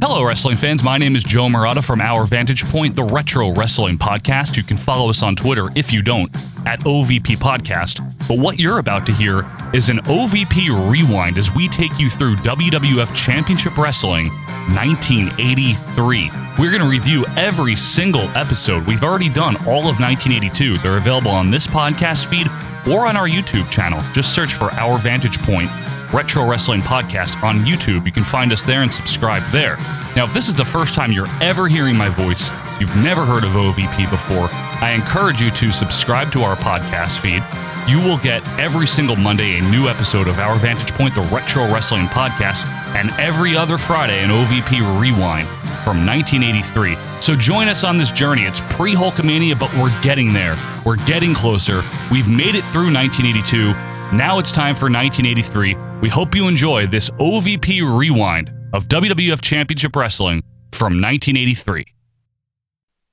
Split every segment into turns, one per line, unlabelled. Hello, wrestling fans. My name is Joe Murata from Our Vantage Point, the Retro Wrestling Podcast. You can follow us on Twitter if you don't at OVP Podcast. But what you're about to hear is an OVP rewind as we take you through WWF Championship Wrestling 1983. We're going to review every single episode. We've already done all of 1982. They're available on this podcast feed or on our YouTube channel. Just search for Our Vantage Point. Retro Wrestling Podcast on YouTube. You can find us there and subscribe there. Now, if this is the first time you're ever hearing my voice, you've never heard of OVP before, I encourage you to subscribe to our podcast feed. You will get every single Monday a new episode of Our Vantage Point, the Retro Wrestling Podcast, and every other Friday an OVP Rewind from 1983. So join us on this journey. It's pre Hulkamania, but we're getting there. We're getting closer. We've made it through 1982. Now it's time for 1983. We hope you enjoy this OVP rewind of WWF Championship Wrestling from 1983.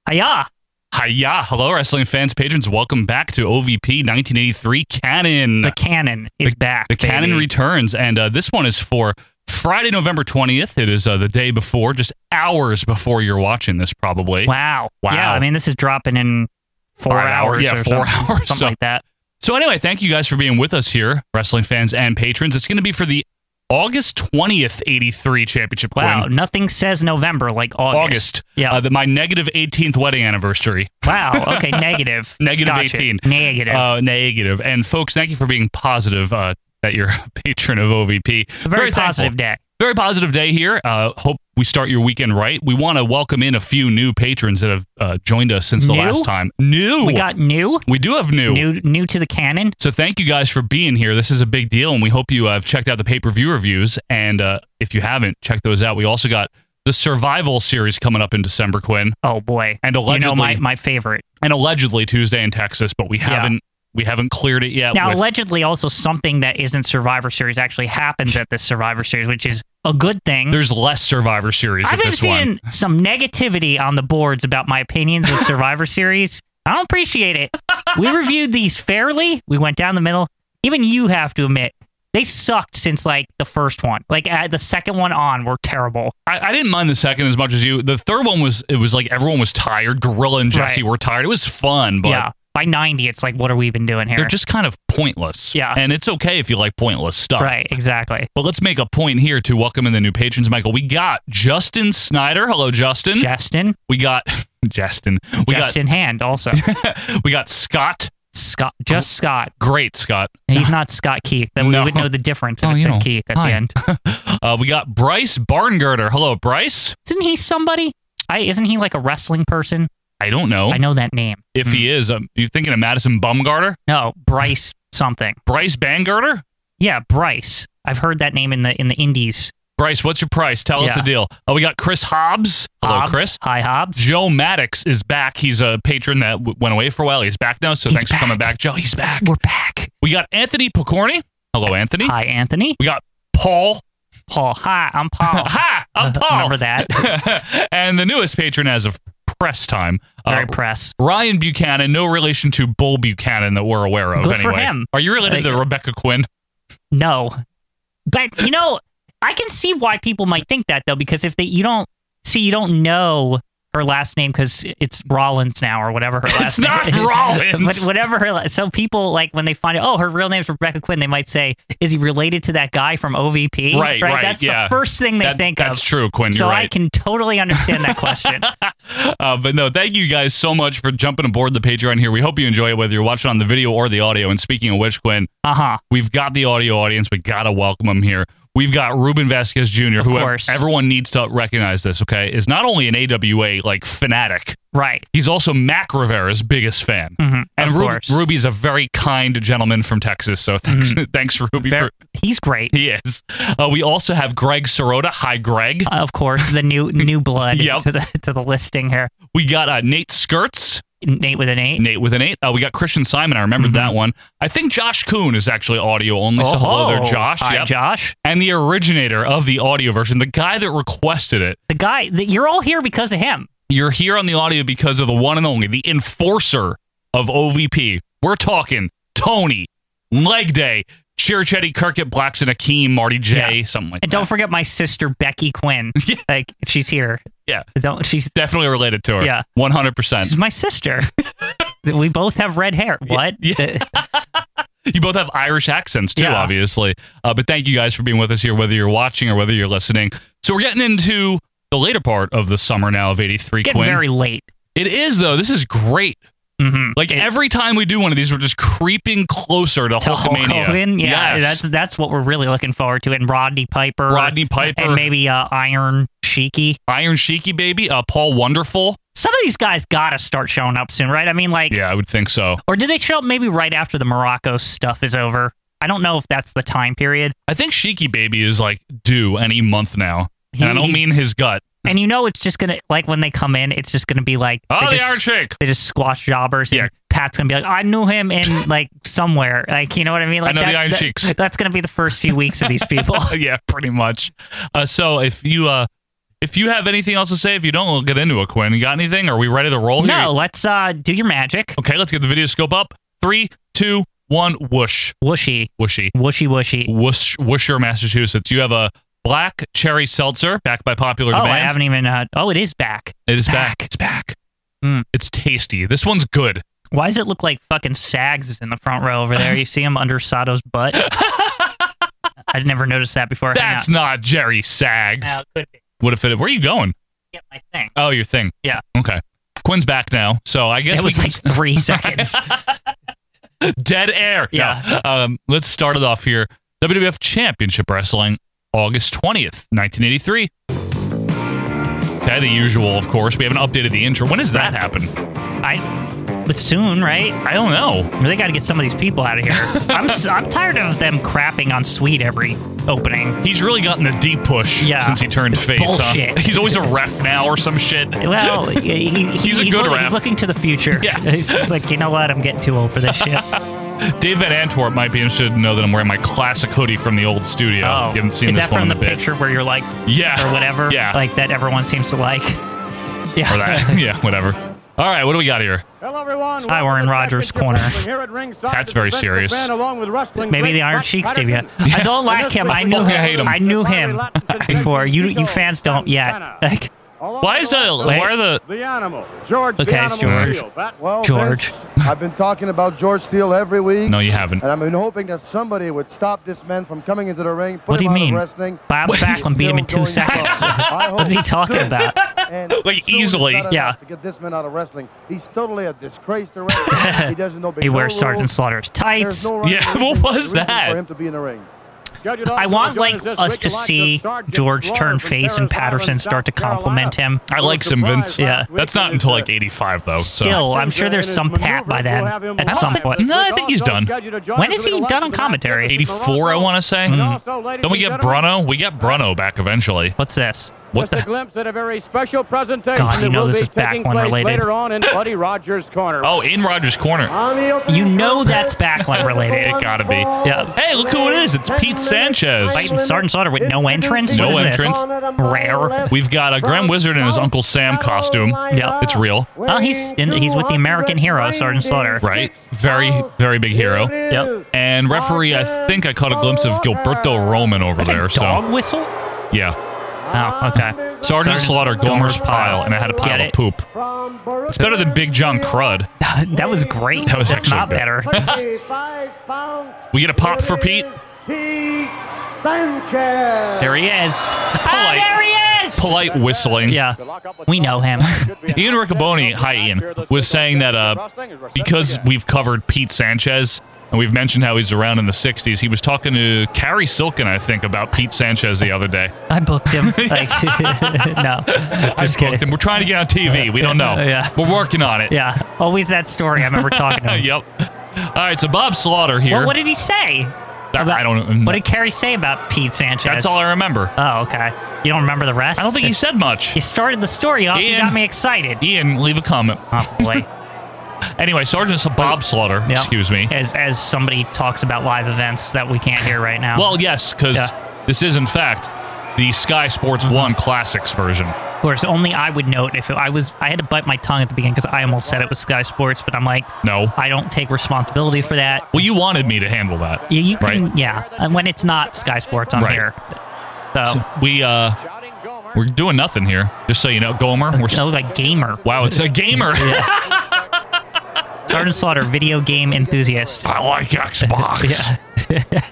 Hiya!
Hiya! Hello, wrestling fans, patrons. Welcome back to OVP 1983 Canon.
The cannon is back.
The canon
baby.
returns, and uh, this one is for Friday, November 20th. It is uh, the day before, just hours before you're watching this, probably.
Wow.
Wow.
Yeah, I mean, this is dropping in four
Five hours.
hours.
Yeah,
or
four
something,
hours.
Something
So-
like that.
So anyway, thank you guys for being with us here, wrestling fans and patrons. It's going to be for the August 20th 83 championship
Wow.
coin.
Nothing says November like August.
August.
Yeah.
Uh, the, my negative 18th wedding anniversary.
wow. Okay. Negative.
Negative
Gotcha.
18.
Negative.
Uh, negative. And folks, thank you for being positive uh, that you're a patron of OVP.
a very, positive
thankful.
day.
Very positive day here. Uh, hope we start your weekend right. We want to welcome in a few new patrons that have uh, joined us since the
New?
last time. New.
We got new,
we do have new.
new, new to the cannon.
So thank you guys for being here. This is a big deal, and we hope you have checked out the pay-per-view reviews. And uh, if you haven't, check those out. We also got the Survival series coming up in December, Quinn,
Oh boy.
and
you
allegedly,
know my my favorite.
and allegedly Tuesday in Texas, but we haven't we haven't cleared it yet.
Now,
with-
allegedly, also something that isn't Survivor Series actually happens at this Survivor Series, which is a good thing.
there's less Survivor series
I've
at
been
this one.
seeing some negativity on the boards about my opinions of Survivor Series. I don't appreciate it. We reviewed these fairly. We went down the middle. Even you have to admit, they sucked since like the first one. Like uh, the second one on were terrible.
I, I didn't mind the second as much as you. The third one was it was like everyone was tired. Gorilla and Jesse
Right.
were tired. It was fun, but
yeah. By 90, it's like, what are we even doing here?
they're just kind of pointless.
Yeah.
and it's okay if you like pointless stuff.
right, exactly.
But let's make a point here to welcome in the new patrons, Michael. We got Justin Snyder. Hello, Justin.
Justin.
we got Justin. We
Justin Hand also.
got we got Scott.
Scott. Just Scott.
Great Scott.
He's not Scott Keith. Then
Oh. No.
we would know the difference if
Oh,
it
you
said
know.
Keith at
Hi.
the end.
Uh, we got Bryce Barngerder. Hello, Bryce.
Isn't he somebody? I, isn't he like a wrestling person?
I don't know
I know that name.
if
Hmm.
he is. Um, you thinking of Madison Bumgarter?
No, Bryce something.
Bryce Bangerter?
Yeah, Bryce. I've heard that name in the in the indies.
Bryce, what's your price? Tell us
Yeah.
the deal. Oh, we got Chris Hobbs. Hello,
Hobbs.
Chris.
Hi, Hobbs.
Joe Maddox is back. He's a patron that w- went away for a while. He's back now, so
He's
thanks for coming
back.
back, Joe. He's back.
We're back.
We got Anthony Picorni. Hello, Anthony.
Hi, Anthony.
We got Paul.
Paul. Hi, I'm Paul. Uh,
Hi, I'm Paul.
Remember that?
and the newest patron as of press time,
Very
uh,
press.
Ryan Buchanan, no relation to Bull Buchanan that we're aware of.
Good for
anyway.
him.
Are you related to Rebecca Quinn?
No, but you know, I can see why people might think that though, because if they you don't see you don't know her last name because it's Rollins now or whatever her
It's
last
not
name.
Rollins.
But whatever her, la- so people like when they find out, oh, her real name's Rebecca Quinn. They might say, "Is he related to that guy from OVP?"
Right, right,
That's
yeah.
the first thing they
that's
think
that's
of.
true, Quinn.
so
you're
I
right.
can totally understand that question.
uh, but no, thank you guys so much for jumping aboard the Patreon here. We hope you enjoy it, whether you're watching on the video or the audio. And speaking of which, Quinn,
Uh huh.
we've got the audio audience. We gotta welcome them here. We've got Ruben Vasquez Jr.,
Of
who
course.
everyone needs to recognize. This okay is not only an AWA like fanatic,
Right.
he's also Mac Rivera's biggest fan.
hmm
And
of
Ru-
course, Mm-hmm.
Ruby's a very kind gentleman from Texas, so thanks, thanks Ruby. For,
Ver- he's great.
he is. Uh, we also have Greg Sorota. Hi, Greg.
Uh, of course, the new new blood
Yep.
to the to the listing here.
We got uh, Nate Skirts.
Nate with an eight.
Nate with an eight. Uh, we got Christian Simon. I remembered
Mm-hmm.
that one. I think Josh Kuhn is actually audio only. So hello there,
Oh,
Josh.
Hi,
Yep.
Josh.
and the originator of the audio version, the guy that requested it.
The guy that you're all here because of him.
You're here on the audio because of the one and only, the enforcer of OVP. We're talking Tony Leg Day Chirichetti, Kirkett, Blackson, Akeem, Marty J, something like
And
that.
don't forget my sister Becky Quinn. Like she's here.
Yeah.
Don't she's
Definitely related to her.
Yeah.
100%.
she's my sister. we both have red hair. What?
You both have Irish accents too,
Yeah.
obviously. Uh, but thank you guys for being with us here, whether you're watching or whether you're listening. So we're getting into the later part of the summer now of 83
Getting
Quinn.
very late.
it is, though. This is great.
hmm
Like every time we do one of these, we're just creeping closer to,
to Hulk
Hulkamania.
Hogan. Yeah,
Yes.
that's that's what we're really looking forward to. And Rodney Piper,
Rodney Piper.
and maybe uh, Iron Sheiky.
Iron Sheiky, baby. Uh, Paul Wonderful.
Some of these guys gotta start showing up soon, right? I mean, like,
Yeah, I would think so.
or do they show up maybe right after the Morocco stuff is over? I don't know if that's the time period.
I think Sheiky Baby is like due any month now. And I
He-
don't
he-
mean his gut.
And you know, it's just gonna like when they come in, it's just gonna be like
Oh,
they
the
just,
Iron Shake.
they just squash jobbers. And
Yeah.
Pat's gonna be like, I knew him in like somewhere, like you know what I mean? Like
know the
that-
Iron
that-
Sheiks.
That's gonna be the first few weeks of these people.
yeah, pretty much. Uh, so if you uh, if you have anything else to say, if you don't, we'll get into it, Quinn. You got anything? Are we ready to roll here?
no, let's uh do your magic,
Okay, let's get the video scope up. Three, two, one, whoosh.
whooshy,
Whooshy.
whooshy, whooshy.
Whoosh, Whoosher, Massachusetts. You have a black cherry seltzer backed by popular
Oh,
demand.
I haven't even. Uh, oh, it is back.
it is back. It's back.
Mm.
It's tasty. This one's good.
Why does it look like fucking Sags is in the front row over there? You see him under Sato's butt. I'd never noticed that before. Hang
That's not Jerry Sags.
on. Oh, could be.
What if it? Where are you going?
Get my thing.
Oh, your thing.
Yeah.
Okay. Quinn's back now, so I guess
It
we
was
can
like three seconds.
dead air. No.
Yeah.
Um, let's start it off here. WWF Championship Wrestling, August 20th, 1983. Okay, the usual, of course. We haven't updated the intro. When does that happen?
I, but soon, right?
I don't know.
We really got to get some of these people out of here. I'm s- I'm tired of them crapping on Sweet every opening.
He's really gotten a deep push
Yeah.
since he turned face. huh?
bullshit.
He's always a ref now or some shit.
Well, he, he-
He's a
he's,
good
look-
ref.
he's looking to the future.
Yeah.
He's just like, you know what? I'm getting too old for this shit.
Dave Van Antwerp might be interested to know that I'm wearing my classic hoodie from the old studio.
Oh,
You haven't seen
is
this
that
one
from
in
the
a bit.
picture where you're like,
Yeah.
or whatever,
Yeah.
like that everyone seems to like. Yeah,
or that. yeah, whatever. All right, what do we got here?
Hello, everyone.
Hi, we're in Rogers' corner.
That's very serious.
maybe the Iron Sheik Steve. Yeah.
Yeah.
I don't like him. I knew him.
Fucking hate him.
I knew him before. You you fans don't yet. Like,
Why is that? Why are the
the animal George?
Okay,
the
it's
animal
George.
Steele. That-
Well,
George.
Vince, I've been talking about George Steele every week.
No, you haven't.
And I've been hoping that somebody would stop this man from coming into the ring. Put
What do you
him out of
mean?
wrestling.
Bob
He's
Backlund beat him in two
still going
seconds.
strong. I
what's he
hope
talking
soon.
about?
And
Like,
soon is
easily.
not enough
Yeah.
To get this man out of wrestling, he's totally a disgrace to wrestling. he doesn't know.
He wears
no
Sergeant
rules.
Slaughter's
There's
tights.
no rhyme or
Yeah, what
reason-
was
reason
that?
For him to be in the ring.
I want like us to see George turn face and Patterson start to compliment him.
I like some Vince.
Yeah.
That's not until like 85, though. So.
Still, I'm sure there's some pat by then at some point.
No, I think he's done.
When is he done on commentary?
84, I want to
Hmm.
say. Then we get Bruno. We get Bruno back eventually.
What's this?
What
Just a
the?
glimpse at a very special presentation
God, you
that
know
will
this
be
is back
taking
one
place
related.
later on in Buddy Rogers' corner.
Oh, in Rogers' corner.
On the opening
You know
contest,
that's Backlund related.
It gotta be.
Yeah.
Hey, look who it is. It's Pete Sanchez.
Fighting Sergeant Slaughter with no entrance?
No
What is this?
entrance.
Rare.
We've got a Grand Wizard in his Uncle Sam costume.
Yeah.
It's real.
Well, he's in, he's with the American hero, Sergeant Slaughter.
Right? Very, very big hero.
Yep.
And referee, I think I caught a glimpse of Gilberto Roman over there.
Dog
So,
whistle?
yeah.
Oh, okay.
Sergeant Slaughter, Gomer's pile, and I had a
Get
pile of
it?
poop. It's better than Big John Crud.
that was great.
That was
That's
actually
not
good.
better.
We get a pop for Pete.
Pete Sanchez.
There he is. Ah, there he is.
Polite whistling.
Yeah, we know him.
Ian Riccoboni, hi Ian, was saying that uh, because we've covered Pete Sanchez and we've mentioned how he's around in the 60s, he was talking to Carrie Silken, I think, about Pete Sanchez the other day.
I booked him. Like, no, just
Booked
kidding.
him. We're trying to get on TV. We don't know.
Yeah.
We're working on it.
Yeah, always that story. I remember talking to him.
yep. All right, so Bob Slaughter here.
Well, what did he say?
That- I don't know.
What did Kerry say about Pete Sanchez?
That's all I remember.
Oh, okay. You don't remember the rest?
I don't think he said much.
He started the story off. He
Ian.
got me excited.
Ian, leave a comment.
Oh boy.
Anyway, Sergeant Bob Slaughter,
Yeah.
excuse me.
As as somebody talks about live events that we can't hear right now.
Well, yes, because
Yeah. Mm-hmm.
this is in fact the Sky Sports One Classics version.
Of course, only I would know it if I was. I had to bite my tongue at the beginning because I almost said it was Sky Sports, but I'm like,
No.
I don't take responsibility for that.
Well, you wanted me to handle that.
You, you can,
Right.
yeah, and when it's not Sky Sports on
Right.
here. So,
So we uh we're doing nothing here. Just so you know, Gomer. We're
I look like gamer.
wow, it's a gamer.
Sergeant Slaughter, video game enthusiast.
I like Xbox.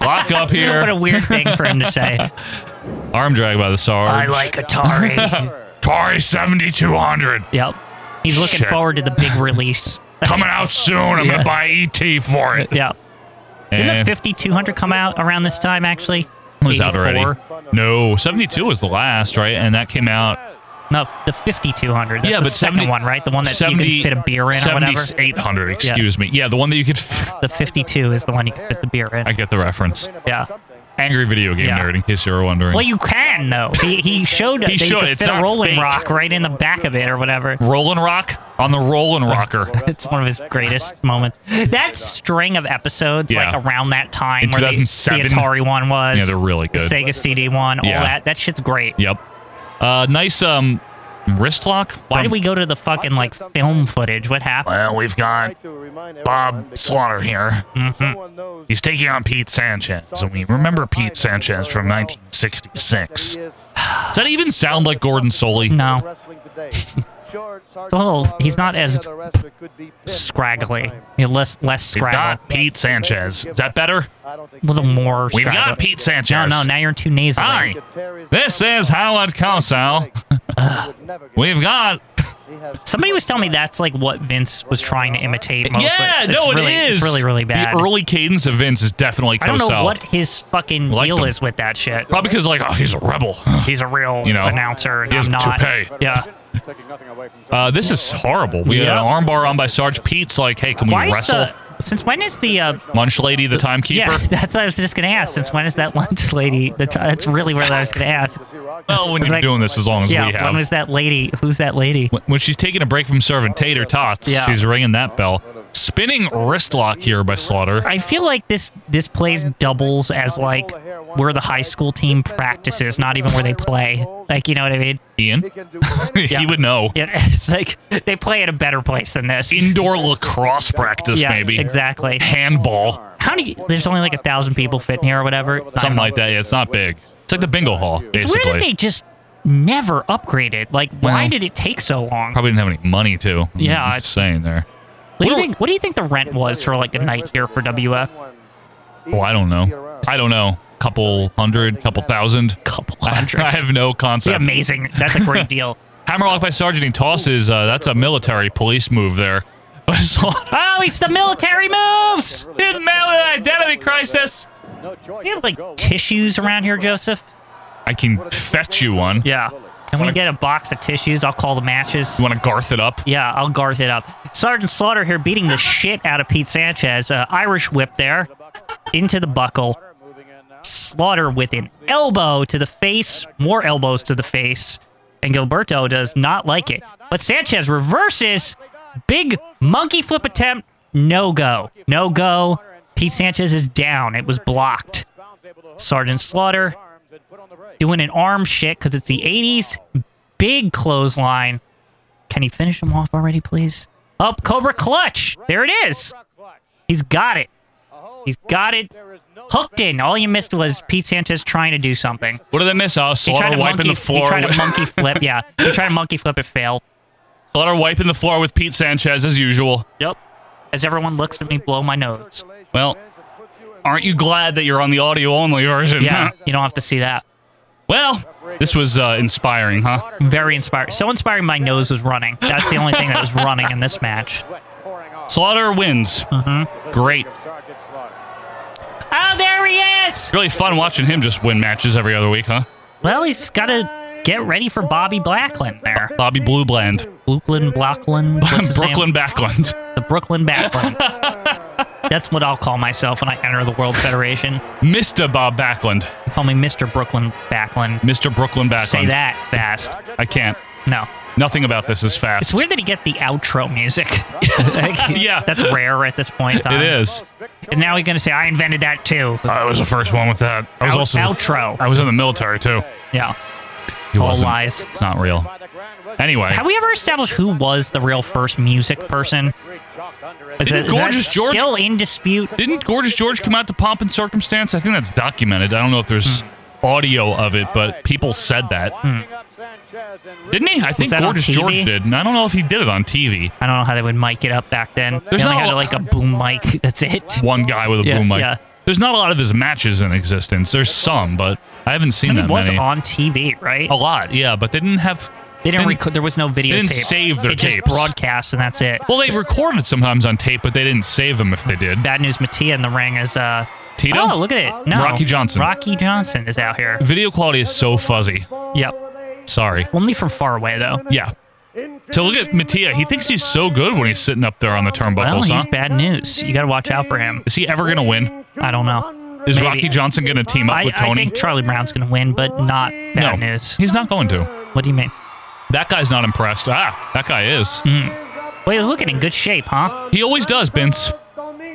Lock up
What a
here.
weird thing for him to say.
Arm drag by the Sarge.
Atari.
Atari 7200
yep. He's looking
Shit.
forward to the big release.
coming out soon. I'm
Yeah.
gonna buy ET for it.
Yep. Didn't the
And
5200 come out around this time, actually?
it was out already.
84?
No, 72 was the last, right? And that came out
No, the 5200. That's
Yeah,
the
but
second
70
one, right? The one that you can fit a beer in or whatever.
800,
Yeah.
excuse me. Yeah, the one that you could. F-
The 52 is the one you can fit the beer in.
I get the reference.
Yeah.
Angry video game
Yeah.
nerd, in case you were wondering.
Well, you can though. He, he showed that
He
you
showed
could
it. It's
fit a
not
rolling
fake.
rock right in the back of it or whatever.
Rolling Rock on the Rolling Rocker.
It's one of his greatest moments. That string of episodes,
Yeah.
like around that time,
In
where the, the
2007.
Atari one was,
Yeah, they're really
the
good.
Sega CD one, all
Yeah.
that. That shit's great.
Yep. Uh, nice um, wrist lock.
Why
from-
did we go to the fucking like film footage? What happened?
Well, we've got Bob Slaughter here.
here.
He's taking on Pete Sanchez, and we remember Pete Sanchez from 1966. Does that even sound like Gordon Soley?
No,
it's a little. He's not as
scraggly. Yeah, less less
We've
scraggle.
got Pete Sanchez. Is that better?
A little more.
We've
scraggle.
got Pete Sanchez.
No, no. Now you're too nasal.
Hi. This is Howard Cosell. We've got.
Somebody was telling me that's like what Vince was trying to imitate. Mostly.
Yeah,
It's
no, it
really,
is.
It's really, really bad.
The early cadence of Vince is definitely Cosell.
I don't know what his fucking
Like
deal
them.
is with that shit.
Probably because like, oh, he's a rebel.
He's a real
You know,
announcer, and
he has
I'm
a
not.
toupee.
Yeah.
Uh, this is horrible. We had
Yeah.
an armbar on by Sarge. Pete's like, hey, can we
Why is
wrestle?
the since when is the uh,
Munch Lady, the timekeeper.
yeah? That's what I was just gonna ask. Since when is that lunch lady? That's that's really what I was gonna ask.
Well, when
It's
you're
like-
doing this, as long as
yeah,
we have.
when was that lady? Who's that lady?
When- when she's taking a break from serving tater tots,
Yeah.
she's ringing that bell. Spinning wrist lock here by Slaughter.
I feel like this this plays doubles as like where the high school team practices, not even where they play. Like you know what I mean?
Ian, he
Yeah.
would know.
Yeah, it's like they play at a better place than this.
Indoor lacrosse practice,
yeah,
maybe.
exactly.
Handball.
How do you? There's only like a thousand people fit in here or whatever. It's not
Something
even-
like that. Yeah, it's not big. It's like the bingo hall,
It's weird that
basically.
they just never upgraded. Like, why
Well,
did it take so long?
Probably didn't have any money to.
Yeah,
I'm
it's-
just saying there.
What do you
Well-
think? What do you think the rent was for like a night here for WF?
Well, Oh, I don't know. I don't know. Couple hundred, couple thousand.
Couple hundred.
I have no
Be
concept.
amazing. That's a great deal.
Hammerlock by Sergeant and tosses. Uh, that's a military police move there. Slaughter
Oh, it's the military moves.
Didn't matter with an identity crisis.
Do you have like tissues around here, Joseph?
I can fetch you one.
Yeah. Can we get a box of tissues? I'll call the matches.
You want to Garth it up?
Yeah, I'll garth it up. Sergeant Slaughter here beating the shit out of Pete Sanchez. Uh, Irish whip there into the buckle. Slaughter with an elbow to the face, more elbows to the face, and Gilberto does not like it. But Sanchez reverses, big monkey flip attempt, no go, no go. Pete Sanchez is down. It was blocked. Sergeant Slaughter doing an arm shit because it's the 80s. Big clothesline. Can he finish him off already, please? Up Cobra Clutch. There it is. He's got it. He's got it hooked in. All you missed was Pete Sanchez trying to do something.
What did I miss? Oh,
He tried
Slaughter
to
wiping
monkey.
the floor.
He tried
with-
to monkey flip. Yeah, he tried to monkey flip. It failed.
Slaughter wiping the floor with Pete Sanchez as usual.
Yep. As everyone looks at me, blow my nose.
Well, aren't you glad that you're on the audio only version?
Yeah,
huh?
you don't have to see that.
Well, this was uh, inspiring, huh?
Very inspiring. So inspiring, my nose was running. That's the only thing that was running in this match.
Slaughter wins. Great.
Oh, there he is.
Really fun watching him just win matches every other week, huh?
Well, he's got to get ready for Bobby Blackland there.
Bobby Blue Bland.
Brooklyn Blackland. what's his name?
Brooklyn Backland.
The Brooklyn Backland. That's what I'll call myself when I enter the World Federation.
Mr. Bob Backland.
Call me Mr. Brooklyn Backlund.
Mr. Brooklyn Backland.
Say that fast.
I can't.
No.
Nothing about this is fast.
It's weird that he get the outro music. Like,
Yeah.
that's rare at this point. In time.
It is.
And now he's gonna say, "I invented that too."
Uh, I was the first one with that. I was
Out-
also
outro.
I was in the military too.
yeah,
He
all
wasn't.
lies.
It's not real. Anyway,
Have we ever established who was the real first music person? Is
Didn't
that-
Gorgeous
that's
George-
still in dispute?
didn't Gorgeous George come out to Pomp and Circumstance? I think that's documented. I don't know if there's
Hmm.
audio of it, but people said that. Hmm. Didn't he? I think
that on
Gorgeous
TV?
George did, and I don't know if he did it on TV.
I don't know how they would mic it up back then.
There's
they only
not
had
a-
like a boom mic. That's it.
One guy with a
Yeah,
boom mic.
yeah.
There's not a lot of his matches in existence. There's some, but I haven't seen
And it
that
was
many.
on TV, right?
a lot, yeah, but they didn't have.
they didn't
didn't-
record. There was no video.
Oh, didn't save their
it Just
tapes.
broadcast and that's it.
Well, they recorded sometimes on tape, but they didn't save them if they did.
Bad news, Mattia in the ring is uh.
Tito?
Oh, look at it. No,
Rocky Johnson.
Rocky Johnson is out here.
Video quality is so fuzzy.
Yep.
Sorry.
Only from far away though.
Yeah. So look at Mattia. He thinks he's so good when he's sitting up there on the
Well,
turnbuckles,
he's
huh?
bad news. You got to watch out for him.
Is he ever going to win?
I don't know.
Is
Maybe.
Rocky Johnson going to team up
I,
with
I
Tony?
think Charlie Brown's going to win, but not
no,
bad news.
he's not going to.
What do you mean?
That guy's not impressed. Ah, that guy is.
Mm. Well, he's looking in good shape, huh?
He always does, Vince.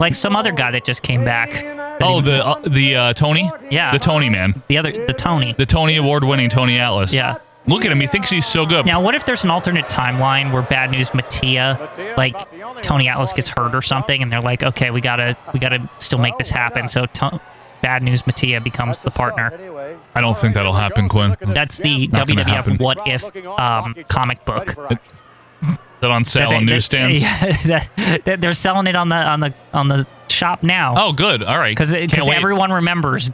Like some other guy that just came back.
Oh, the uh, the uh, Tony.
Yeah.
the Tony man,
The other, the Tony.
the Tony award-winning Tony Atlas.
Yeah.
Look at him. He thinks he's so good.
Now, what if there's an alternate timeline where Bad News Mattia, like Tony Atlas, gets hurt or something, and they're like, okay, we gotta, we gotta still make this happen. So, to- Bad News Mattia becomes the partner.
Anyway,
I don't think that'll happen, Quinn. That
That's the
Not gonna happen.
WWF What If um, comic book.
on sale
That
on
they- that-
newsstands.
yeah, that- that they're selling it on the on the on the shop now.
Oh, good. All right.
because
Can't wait.
everyone remembers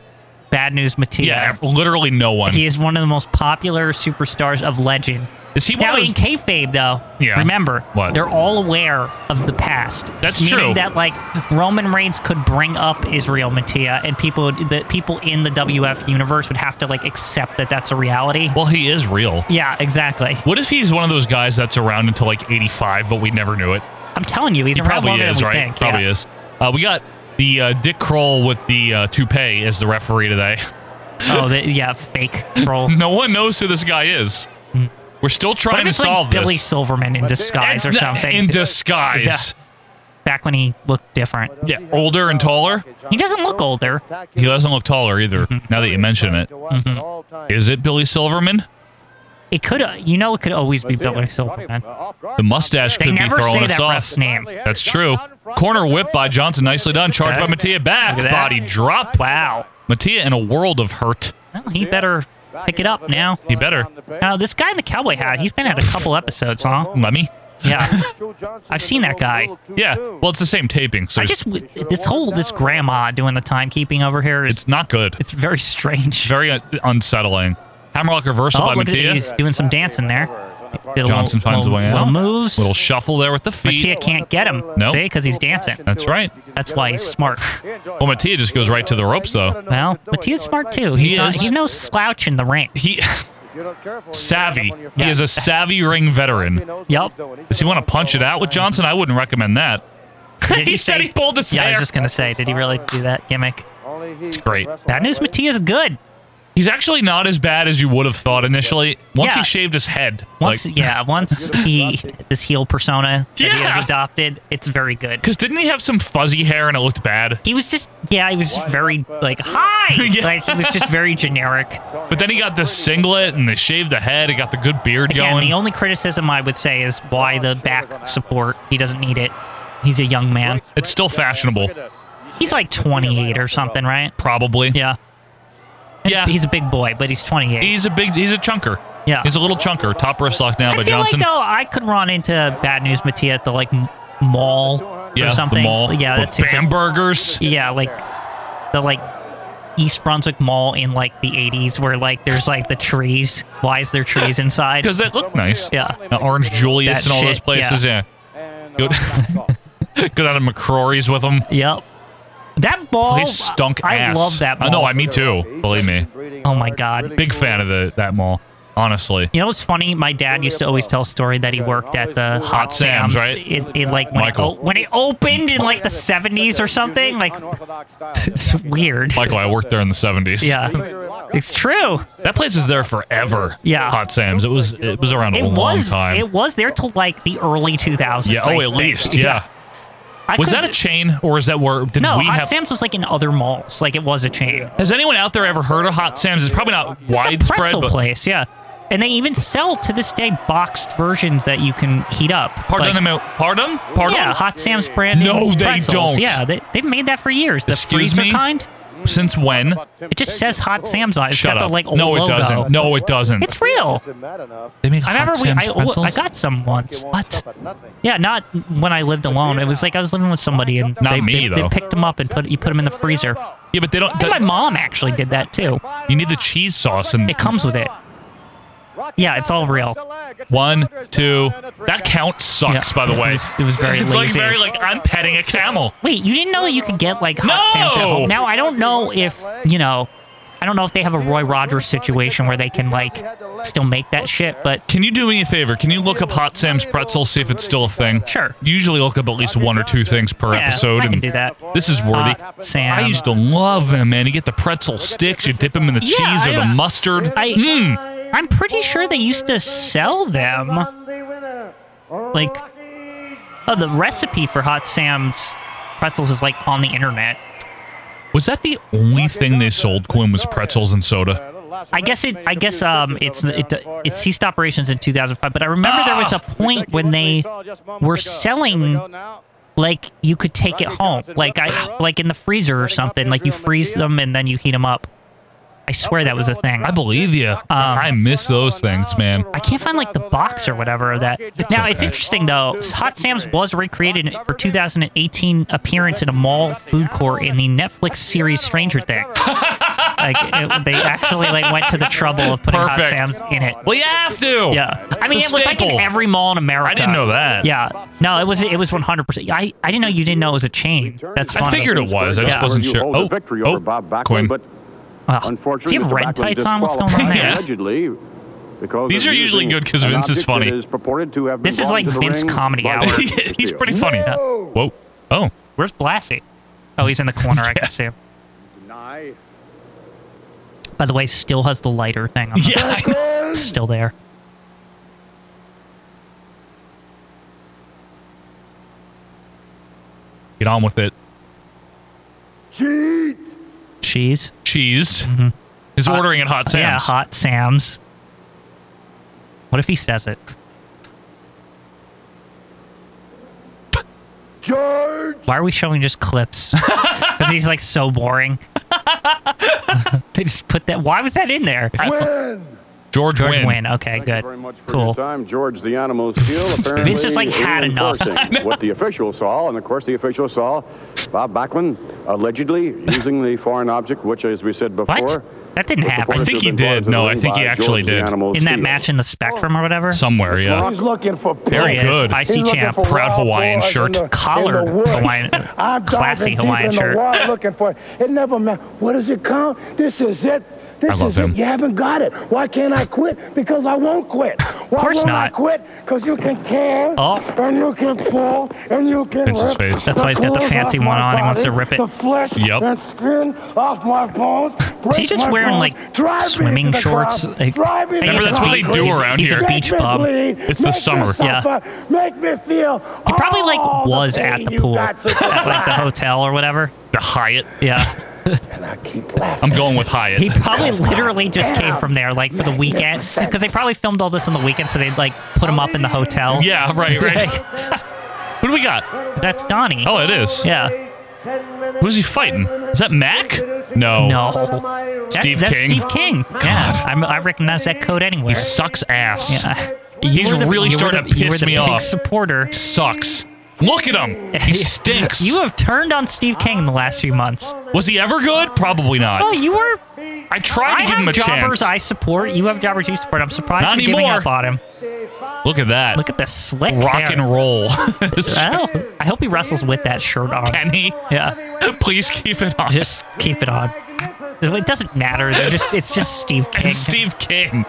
Bad News Mattia.
Yeah, ev- literally no one.
He is one of the most popular superstars of legend.
Is he one
Now
of those?
in kayfabe, though,
Yeah.
remember
What?
they're all aware of the past.
That's
Meaning
true.
That like Roman Reigns could bring up Israel Mattia, and people would- the people in the WF universe would have to like accept that that's a reality.
well, he is real.
yeah, exactly.
What if he's one of those guys that's around until like 85, but we never knew it?
I'm telling you, he's
He
around
probably
longer
is,
than we
right?
think.
probably is. Uh, we got the uh, Dick Kroll with the uh, toupee as the referee today.
is. Oh, the, yeah, fake troll.
no one knows who this guy is. We're still
What
trying
if
to
it's
solve
like Billy
this.
Silverman in disguise
It's
or
not-
something?
In disguise.
Back when he looked different.
Yeah. older and taller.
He doesn't look older.
He doesn't look taller either.
Mm-hmm.
Now that you mention it, is it Billy Silverman?
It could, uh, you know, it could always be Billy Silverman.
The mustache
They
could be
never
throwing
say
us
that
off.
ref's name.
That's true. Corner whip by Johnson, nicely done. Charged
Okay.
by Mattia back.
Look at that.
Body drop.
Wow.
Mattia in a world of hurt.
Well, he better pick it up now.
He better.
Now, this guy in the cowboy hat, he's been at a couple episodes, huh?
Lemmy.
Yeah.
I've seen that guy.
Yeah. Well, it's the same taping, so
I
it's-
just, this whole, this grandma doing the timekeeping over here is,
it's not good. It's
it's very strange.
very uh, unsettling. Hammerlock reversal
Oh,
by
look at
Mattia.
he's doing some dancing there. Did a
Johnson finds a way
little
out.
moves.
Little shuffle there with the feet.
Mattia can't get him.
Nope.
See, because he's dancing.
That's right.
That's why he's smart.
Well, Mattia just goes right to the ropes, though.
Well, Mattia's smart too. He's,
He
not-
is.
he's no slouch in the ring.
He savvy. He is a savvy ring veteran.
Yup.
Does he want to punch it out with Johnson? I wouldn't recommend that.
Did
He said
say-
he pulled his
Yeah, I
hair.
was just gonna say, did he really do that gimmick?
It's
great.
Bad news, Mattia's good.
He's actually not as bad as you would have thought initially. Once
Yeah.
he shaved his head,
Once,
like,
yeah, once he this heel persona that he
Yeah.
has adopted, it's very good.
because didn't he have some fuzzy hair and it looked bad?
He was just, yeah, he was just very like hi, like he was just very generic.
But then he got the singlet and they shaved the head. He got the good beard
Again,
going.
the only criticism I would say is why the back support. He doesn't need it. He's a young man.
it's still fashionable,
He's like 28 or something, right?
probably.
Yeah.
Yeah.
He's a big boy, but he's 28.
He's a big. He's a chunker.
Yeah.
He's a little chunker. Top wrist lock now
I
by
feel
Johnson.
like though I could run into Bad News Mattia at the like m- mall
yeah.
or something.
The mall.
Yeah, that
With
seems like,
Bambergers.
yeah, like the like East Brunswick Mall in like the 80s where like there's like the trees. Why is there trees inside?
Because that looked nice.
Yeah.
Uh, Orange Julius
That
and all those
shit,
places. Yeah. uh,
Good.
Good out of McCrory's with him.
Yep. That ball
Place stunk
I
ass.
love that
I
ball.
know, I mean- Me too, believe me.
Oh my God.
Big fan of the that mall. honestly.
You know what's funny? My dad used to always tell a story that he worked at the Hot
Sam's,
Sam's,
right?
In, in like when it,
Michael.
o- when it opened in like the 70s or something. Like it's weird.
Michael, I worked there in the 70s.
Yeah, it's true.
That place is there forever.
Yeah.
Hot Sam's. It was it was around a
It
long
was
time.
it was there till like the early 2000s.
yeah, oh,
I
at
think.
least. Yeah.
I
Was that a
couldn't-
chain or is that where did
No,
we
Hot
have
Sam's was like in other malls. Like it was a chain.
Has anyone out there ever heard of Hot Sam's? It's probably not
It's a
widespread,
pretzel
but
place, yeah. And they even sell to this day boxed versions that you can heat up.
pardon
Like-
them out. Pardon? Pardon?
Yeah, Hot Sam's brand.
No, they don't.
Yeah, they, they've made that for years. The
Excuse
freezer
me?
kind.
Since when?
It just says Hot Sam's on it. It's
Shut
got
up.
the like old
no, it
logo.
doesn't. No, it doesn't.
It's real.
they make
I
Hot
remember we,
Sam's
I,
pretzels?
I got some once.
What?
Yeah, not when I lived alone. It was like I was living with somebody and
Not
they,
me,
they, they
though.
picked them up and put you put them in the freezer.
Yeah, but they don't.
I think
that-
my mom actually did that too.
you need the cheese sauce and
It comes with it. Yeah, it's all real.
one, two. That count sucks,
Yeah.
by the way.
It was- it was very
It's like
lazy.
very like I'm petting a camel.
Wait, you didn't know that you could get like hot Sam's at
No!
home? Now I don't know if you know. I don't know if they have a Roy Rogers situation where they can like still make that shit, but
Can you do me a favor? Can you look up Hot Sam's pretzel, see if it's still a thing?
Sure.
You usually look up at least one or two things per
Yeah,
episode.
I can
and
do that.
This is worthy.
Hot uh, Sam.
I used to love them, man. You get the pretzel sticks, you dip them in the
Yeah,
cheese or the
I-
mustard.
I- hmm.
mm.
I'm pretty sure they used to sell them. Like, oh, the recipe for Hot Sam's pretzels is like on the internet.
Was that the only thing they sold, Quinn, was pretzels and soda?
I guess it. I guess um, it's it, it ceased operations in 2005. But I remember there was a point when they were selling like you could take it home, like I like in the freezer or something. Like you freeze them and then you heat them up. I swear that was a thing. Um,
I believe you. I miss those things, man.
I can't find like the box or whatever of that. now it's interesting though. Hot Sam's was recreated in- for 2018 appearance in a mall food court in the Netflix series Stranger Things. like it, they actually like went to the trouble of putting
Perfect.
Hot Sam's in it.
Well, you have to.
Yeah,
Oh,
I
It's
mean
a
it was like in
staple.
every mall in America.
I didn't know that.
Yeah, no, it was it was 100. percent I I didn't know you didn't know it was a chain. That's funny.
I figured it was. I just
Yeah.
wasn't
You
sure.
hold
Oh,
the victory
oh,
over Bob Backlund,
Quinn.
but
Ugh. Do
unfortunately,
you have
Mr.
red
Backlund
tights on? What's going on
disqualified
Yeah.
there?
allegedly because
These
of
are usually
using
good 'cause
an
Vince is
object
funny.
that is purported to have been
This is
brought
like
into the
Vince
ring
comedy
by-
hour.
He's pretty funny.
Yeah.
Whoa. Oh,
Where's Blassie? Oh, he's in the corner. I can see him.
Nye.
By the way, still has the lighter thing. On the
yeah. I know.
still there.
Get on with it.
Cheese.
Cheese is ordering at Hot Sam's.
Mm-hmm. Uh, Yeah, hot Sam's. What if he says it?
George!
Why are we showing just clips? Because he's like so boring. they just put that. Why was that in there?
George,
George
Wynn.
Wynn. Okay,
Thank you
good.
very much for your
Cool.
time, George the Animal Steel. Apparently,
Vince just, like, had enough.
reinforcing what the official saw, and of course, the official saw Bob Backlund allegedly using the foreign object, which, as we said before,
What? That didn't happen.
I think he did. No, I think he actually did.
in that match in the Spectrum or whatever.
Somewhere, yeah.
He's looking for
There
there
he
he
is.
pimps.
good.
I see
He's looking
champ.
for
Proud
wild
Hawaiian
boys
shirt.
in the- in the
Collared
woods.
Hawaiian-
I'm diving
classy
deep
Hawaiian
in the
shirt.
water looking for it. It never matter. What does it count? This is it. This
I love
is
him.
it. You haven't got it. Why can't I quit? Because I won't quit. Why
course
won't I
not.
quit? Because you can tear
Oh.
and you can pull and you can
Vince's
rip
face.
That's why he's got the
clothes
fancy
off
one
my
on. He wants to
body,
rip it.
The flesh
Yep.
and skin off my bones.
Is he
break
just
my
wearing
bones,
like
drive me
swimming
to the
shorts?
ground,
Like,
drive me
I
to
think
Remember,
the
that's what they
ground.
do
he's,
around
he's
here.
a beach bum.
It's the summer.
Yeah.
Make me feel.
He probably like was at the pool, at like the hotel or whatever.
The Hyatt.
Yeah,
and I keep laughing.
I'm going with Hyatt.
he probably literally just came from there, like for the weekend, because they probably filmed all this on the weekend, so they'd like put him up in the hotel.
yeah, right, right. Who do we got?
that's Donnie.
Oh, it is.
yeah,
Who's he fighting? Is that Mac? No.
no, that's,
Oh. Steve
that's
King?
Steve King. Yeah, I'm, I recognize that code anywhere.
He sucks ass.
Yeah.
He's
You were the-
really
you were
starting
the-
to
you were
piss
the
me
big
off.
Supporter.
Sucks. Look at him. He stinks.
You have turned on Steve King in the last few months.
Was he ever good? Probably not.
Oh, you were.
I tried to
I
give him a
have jobbers
chance.
I support. You have jobbers you support. I'm surprised
Not
you're giving
anymore.
up on him.
Look at that.
Look at the slick
Rock
hair.
and roll.
Oh, I hope he wrestles with that shirt on.
Penny.
Yeah,
Please keep it on.
just keep it on. It doesn't matter. They're just it's just Steve King.
And Steve King.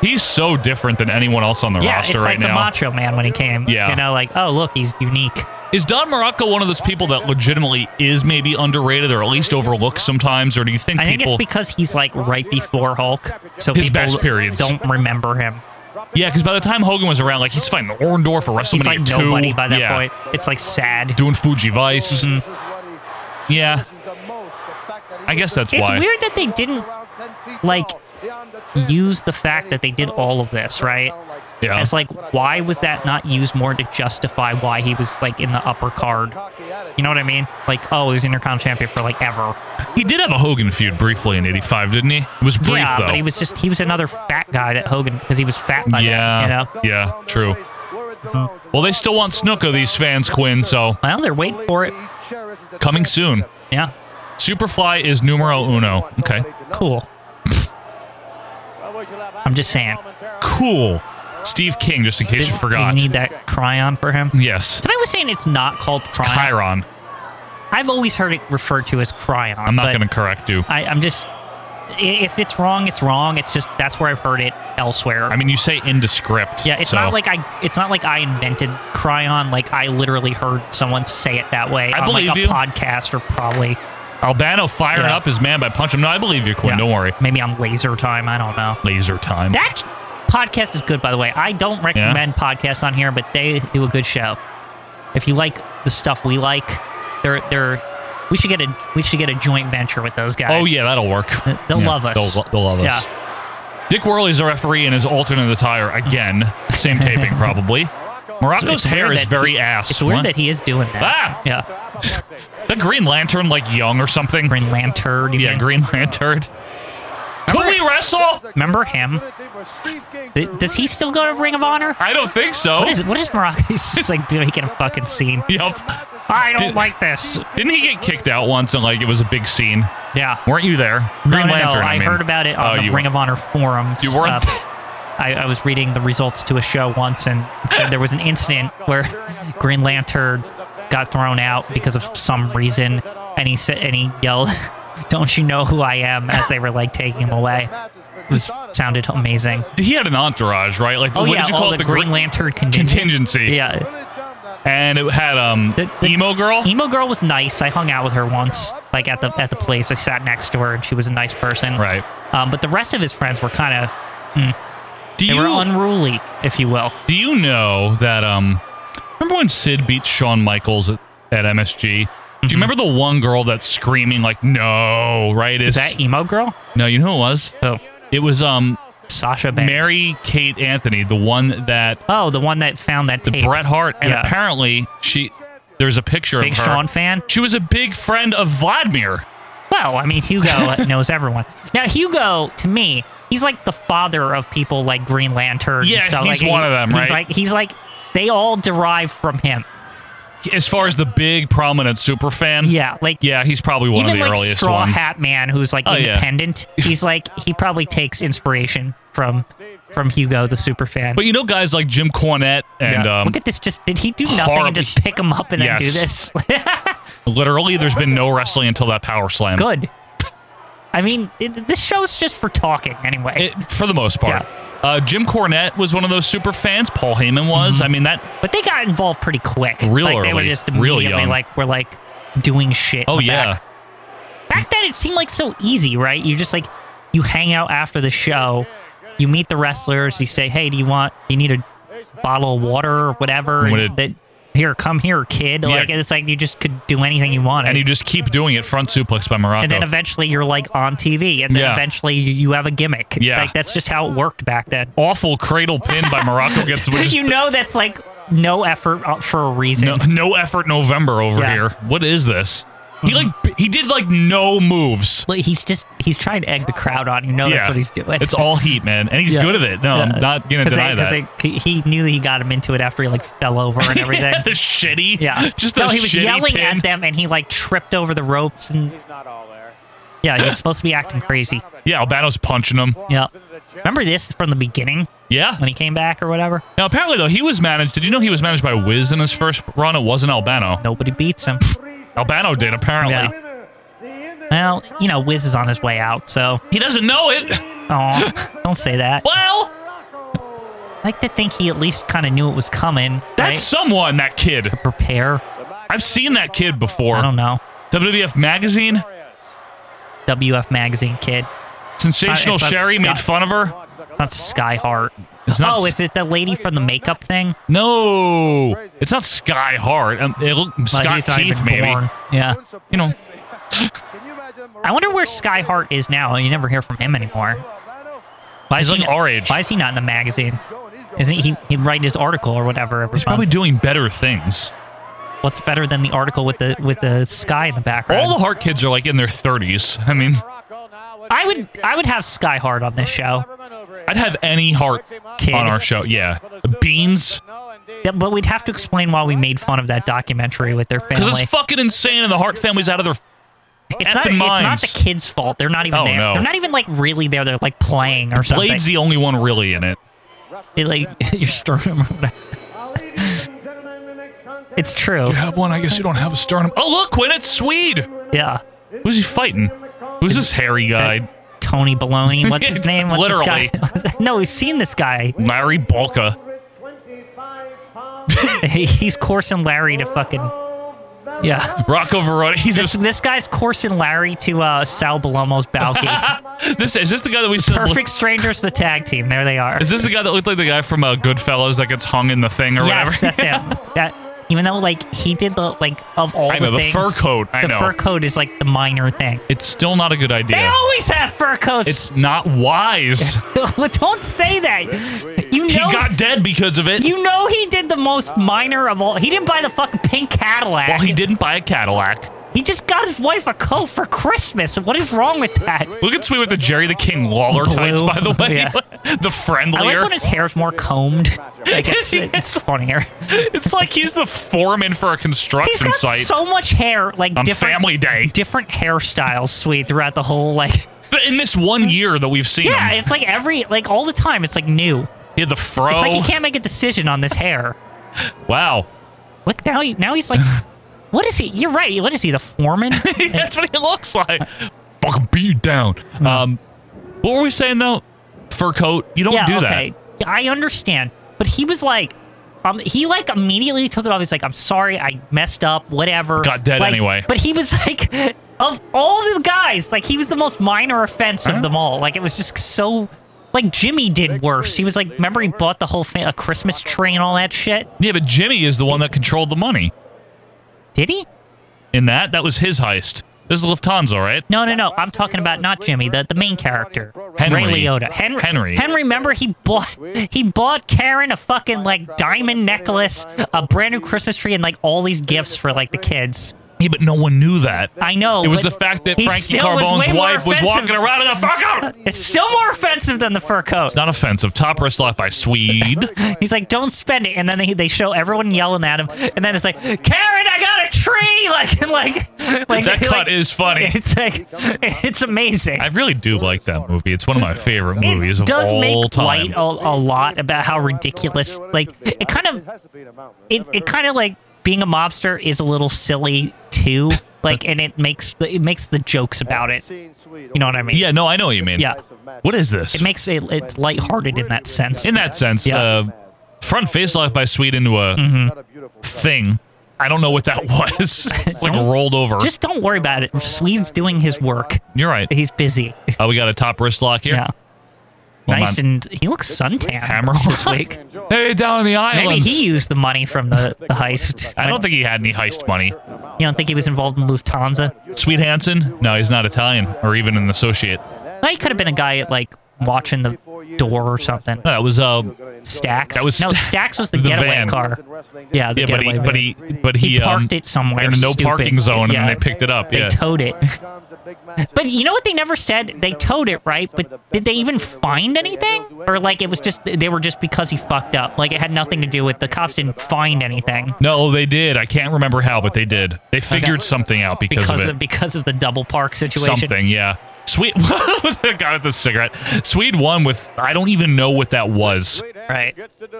He's so different than anyone else on the
yeah,
roster
it's like
right
the
now.
Macho Man when he came.
Yeah.
you know, like oh look, he's unique.
Is Don Morocco one of those people that legitimately is maybe underrated or at least overlooked sometimes, or do you think
I think
people?
it's because he's like right before Hulk, so
His
people
best periods.
don't remember him.
yeah, because by the time Hogan was around, like he's fighting Orndorff for WrestleMania
He's like
two,
nobody by that
yeah,
point. Mm-hmm. It's like sad.
doing Fuji Vice. Yeah, I guess that's
It's
why.
weird that they didn't like, use the fact that they did all of this, right?
Yeah.
It's like why was that not used more to justify why he was like in the upper card? You know what I mean? Like oh, he was Intercom champion for like ever.
He did have a Hogan feud briefly in '85, didn't he? It was brief
yeah,
though.
but he was just he was another fat guy that Hogan because he was fat. By then,
Yeah.
you know.
Yeah, true. well, they still want Snuka, these fans, Quinn. So
Well, they're waiting for it.
coming soon.
Yeah,
Superfly is numero uno. Okay,
cool. I'm just saying.
cool. Steve King, just in case you
Didn't
forgot.
You need that cryon for him.
yes,
Somebody was saying it's not called cryon.
Chiron.
I've always heard it referred to as cryon.
I'm not
but
going to correct you.
I, I'm just. i- If it's wrong, it's wrong. It's just that's where I've heard it elsewhere.
I mean, you say indescript.
yeah, it's
so-
not like I. It's not like I invented cryon. Like I literally heard someone say it that way
I
on like
believe
a
you.
podcast or probably
Albano firing
Yeah.
up his man by punching him. No, I believe you, Quinn.
Yeah.
Don't worry.
maybe on laser time. I don't know.
Laser time.
That podcast is good, by the way. I don't recommend podcasts on here, but they do a good show. If you like the stuff we like, they're they're we should get a we should get a joint venture with those guys.
oh yeah, that'll work.
Th- they'll
Yeah,
love us.
They'll, lo- they'll love us. Dick Worley's a referee and is alternate attire again. Same taping probably.
It's-
Morocco's
it's
hair
weird
is
that
very
he-
ass.
It's weird
What?
that he is doing that.
Ah!
Yeah,
the Green Lantern like young or something.
Green Lantern. you
yeah,
mean?
Green Lantern. Could we wrestle?
Remember him? Th- does he still go to Ring of Honor?
I don't think so.
What is what is Morocco? He's just like making a fucking scene.
Yup.
I don't
Did-
like this.
Didn't he get kicked out once and like it was a big scene?
Yeah.
Weren't you there?
No,
Green
no,
Lantern.
No. I,
mean.
heard about it on
Oh,
the
you
Ring of Honor forums. Uh,
You weren't there.
I, I was reading the results to a show once and it said there was an incident where Green Lantern got thrown out because of some reason, and he said and he yelled, "Don't you know who I am?" As they were like taking him away. It was sounded amazing.
he had an entourage, right? Like
Oh
what
yeah,
did you call
all
it?
the, Green Lantern contingency.
contingency.
Yeah,
and it had um
The- the-
emo girl.
emo girl was nice. I hung out with her once, like at the at the place. I sat next to her, and she was a nice person.
right.
Um, but the rest of his friends were kind of
Do
they
you
were unruly, if you will.
do you know that um remember when Sid beat Shawn Michaels at, at MSG? Do
Mm-hmm.
you remember the one girl that's screaming like no, right?
Is
It's-
that emo girl?
no, you know who it was?
Oh,
It was um
Sasha Banks.
Mary Kate Anthony, the one that
Oh, the one that found that
the
tape.
Bret Hart, and
Yeah.
apparently she there's a picture
Big
of her.
Sean fan.
She was a big friend of Vladimir.
Well, I mean, Hugo knows everyone. Now, Hugo, to me, he's like the father of people like Green Lantern.
Yeah,
and stuff.
he's
like,
one of them,
he's
right?
Like, he's like, they all derive from him.
As far as the big prominent super fan,
Yeah, like
yeah, he's probably one
even
of the
like
earliest
Straw
ones.
Hat Man, who's like
Oh, yeah.
independent. He's like he probably takes inspiration from from Hugo the super fan. uh,
But you know, guys like Jim Cornette and um,
look at this! Just did he do nothing
horrible-
and just pick him up and then do
Yes.
this?
Literally, there's been no wrestling until that power slam.
good. I mean, it, this show's just for talking anyway.
It- for the most part. Uh, Jim Cornette was one of those super fans. Paul Heyman was.
Mm-hmm.
I mean, that.
but they got involved pretty quick.
Real
like, They were
early,
just
real
immediately
young.
like were like doing shit. in
Oh
the
yeah,
Back. back then, it seemed like so easy, right? You just like you hang out after the show, you meet the wrestlers, you say, "Hey, do you want? Do you need a bottle of water or whatever?"
What
And
it-
that here, come here, kid.
Yeah.
Like it's like you just could do anything you wanted.
and you just keep doing it. Front suplex by Morocco.
and then eventually you're like on TV, and then
Yeah.
eventually you you have a gimmick.
Yeah.
like that's just how it worked back then.
Awful cradle pin by Morocco gets which is
you know that's like no effort uh, for a reason.
no, no effort November over
Yeah. Mm-hmm.
here. What is this? He like b- he did like no moves.
Like, he's just he's trying to egg the crowd on. You know Oh, that's
Yeah.
what he's doing.
It's all heat, man, and he's
Yeah.
good at it. No,
Yeah.
I'm not gonna
'Cause
deny
they- 'cause
that.
they- he knew he got him into it after he like fell over and everything.
the shitty,
yeah,
just the
no, he was
shitty
yelling
pin.
at them and he like tripped over the ropes and
He's not all there.
yeah, he's supposed to be acting crazy.
Yeah, Albano's punching him.
Yeah, remember this from the beginning
Yeah.
when he came back or whatever.
Now apparently though he was managed. Did you know he was managed by Wiz in his first run? It wasn't Albano.
Nobody beats him.
Albano did apparently.
Yeah. Well, you know Wiz is on his way out, so
He doesn't know it.
oh, don't say that.
Well,
like to think he at least kind of knew it was coming.
That's someone, that kid.
right? prepare.
I've seen that kid before.
I don't know.
WWF Magazine,
WF magazine kid.
Sensational
It's not- it's not
Sherry made fun
Scott.
of her.
That's Skyheart.
It's not
oh,
s-
is it the lady from the makeup thing?
No, it's not Sky Hart. Um, it look,
Like,
Scott
he's not
Keith,
even
maybe.
born. Yeah.
You know,
I wonder where Skyheart is now. You never hear from him anymore. Why
He's
is he
like
not-
our age.
Why is he not in the magazine? Isn't he? He'd write his article or whatever. Every
he's probably
month.
doing better things.
What's better than the article with the with the sky in the background?
All the Hart kids are like in their 30s. I mean,
I would I would have Skyheart on this show,
I'd have any Hart
Kid.
on our show. Yeah, Beans,
Yeah, but we'd have to explain why we made fun of that documentary with their family.
because it's fucking insane, and the Hart family's out of their
It's not,
effing
it's not
minds.
the kids' fault. They're not even
Oh,
there.
no.
They're not even like really there. They're like playing or something.
Blade's the only one really in it.
It, like your sternum. or whatever. It's true.
You have one, I guess you don't have a sternum. Oh look, Quinn, it's Swede.
Yeah.
Who's he fighting? Who's this hairy guy?
Tony Baloney. What's his name? What's
Literally.
This guy? no, we've seen this guy.
Larry Bulka.
He's coursing Larry to fucking. Yeah.
Rocco Veroni. He's
This,
just
this guy's coursing Larry to uh, Sal Balomo's balcony.
this is this the guy that we said looked-
Perfect strangers, the tag team. There they are.
Is this the guy that looked like the guy from uh, Goodfellas that gets hung in the thing or
yes,
whatever?
that's him. That even though like he did the like of all
I
the
know, the
things,
fur coat, I
the
know.
fur coat is like the minor thing.
it's still not a good idea.
They always have fur coats.
It's not wise.
Don't say that. You know,
He got dead because of it.
you know he did the most minor of all. He didn't buy the fucking pink Cadillac.
Well, he didn't buy a Cadillac.
He just got his wife a coat for Christmas. What is wrong with that?
Look at Sweet with the Jerry the King Lawler types,
Blue.
by the way.
Yeah.
the
I like
friendlier.
when his hair's more combed. Like it's,
Yes.
it's funnier.
it's like he's the foreman for a
He's
construction
got
site
so much hair, like
on
different
Family Day.
different hairstyles, sweet throughout the whole like.
But in this one year that we've seen
Yeah,
him,
it's like every like all the time. It's like new.
he had the fro.
It's like he can't make a decision on this hair.
wow.
Look now, he, now he's like, what is he? You're right. What is he? The foreman?
That's what he looks like. Fucking beat you down. Um, what were we saying though? Fur coat. You don't
yeah.
do
okay. Yeah, I understand, but he was like, um, he like immediately took it off. He's like, I'm sorry, I messed up. Whatever.
Got dead
Like,
anyway.
But he was like, of all the guys, like he was the most minor offense of them all. Like it was just so. Like Jimmy did worse. He was like, remember he bought the whole thing, a Christmas tree and all that shit.
that. Yeah, but Jimmy is the one that controlled the money
Did he?
in that. That was his heist. This is Lufthansa, right?
No, no, no. I'm talking about not Jimmy, the, the main character,
Henry.
Ray Liotta. Henry.
Henry.
Henry. Remember, he bought he bought Karen a fucking like diamond necklace, a brand new Christmas tree, and like all these gifts for like the kids.
Yeah, but no one knew that.
I know.
It was the
but
fact that
he
Frankie
still was way
Carbone's
more
wife was
offensive.
walking around in a fur coat.
It's still more offensive than the fur coat.
Not offensive. Top wrist lock by Swede.
He's like, don't spend it, and then they, they show everyone yelling at him, and then it's like, Karen, I got a tree, like and like like
that
like-
cut is funny.
It's like it's amazing.
I really do like that movie. It's one of my favorite
It
movies of
does
all
make
time.
light a, a lot about how ridiculous like it kind of it, it kind of like being a mobster is a little silly too like and it makes the, it makes the jokes about it you know what i mean
yeah, no, I know what you mean.
Yeah.
What is this?
it makes it it's lighthearted in that sense
in that sense,
Yeah.
uh, front face lock by Swede into a
Mm-hmm.
thing. I don't know what that was. it's like
Don't-
rolled over.
just don't worry about it swede's doing his work
You're right.
he's busy
Oh, we got a top wrist lock here.
yeah
Well,
nice
man.
and he looks suntan
hammer
this
lock.
week
Hey, down in the
maybe
islands.
he used the money from the, the heist
I don't think he had any heist money.
you don't think he was involved in lufthansa
Sweet Hansen? No, he's not Italian or even an associate.
That could have been a guy at like watching the door or something.
No, that was uh,
Stacks.
That was
no,
Sta-
Stacks was the,
the
getaway
van.
car. Yeah, the
yeah, but he,
getaway
but he,
van.
but he,
He parked
um,
it somewhere
in a no
stupid.
parking zone,
Yeah.
and then they picked it up.
They
yeah,
towed it. But you know what they never said? They towed it, right? But did they even find anything? Or like it was just they were just because he fucked up. Like it had nothing to do with the cops didn't find anything
no, they did. I can't remember how, but they did. They figured something out because,
because
of it.
of because of the double park situation.
Something, yeah. Sweet, the guy with the cigarette. Swede won with I don't even know what that was.
Right.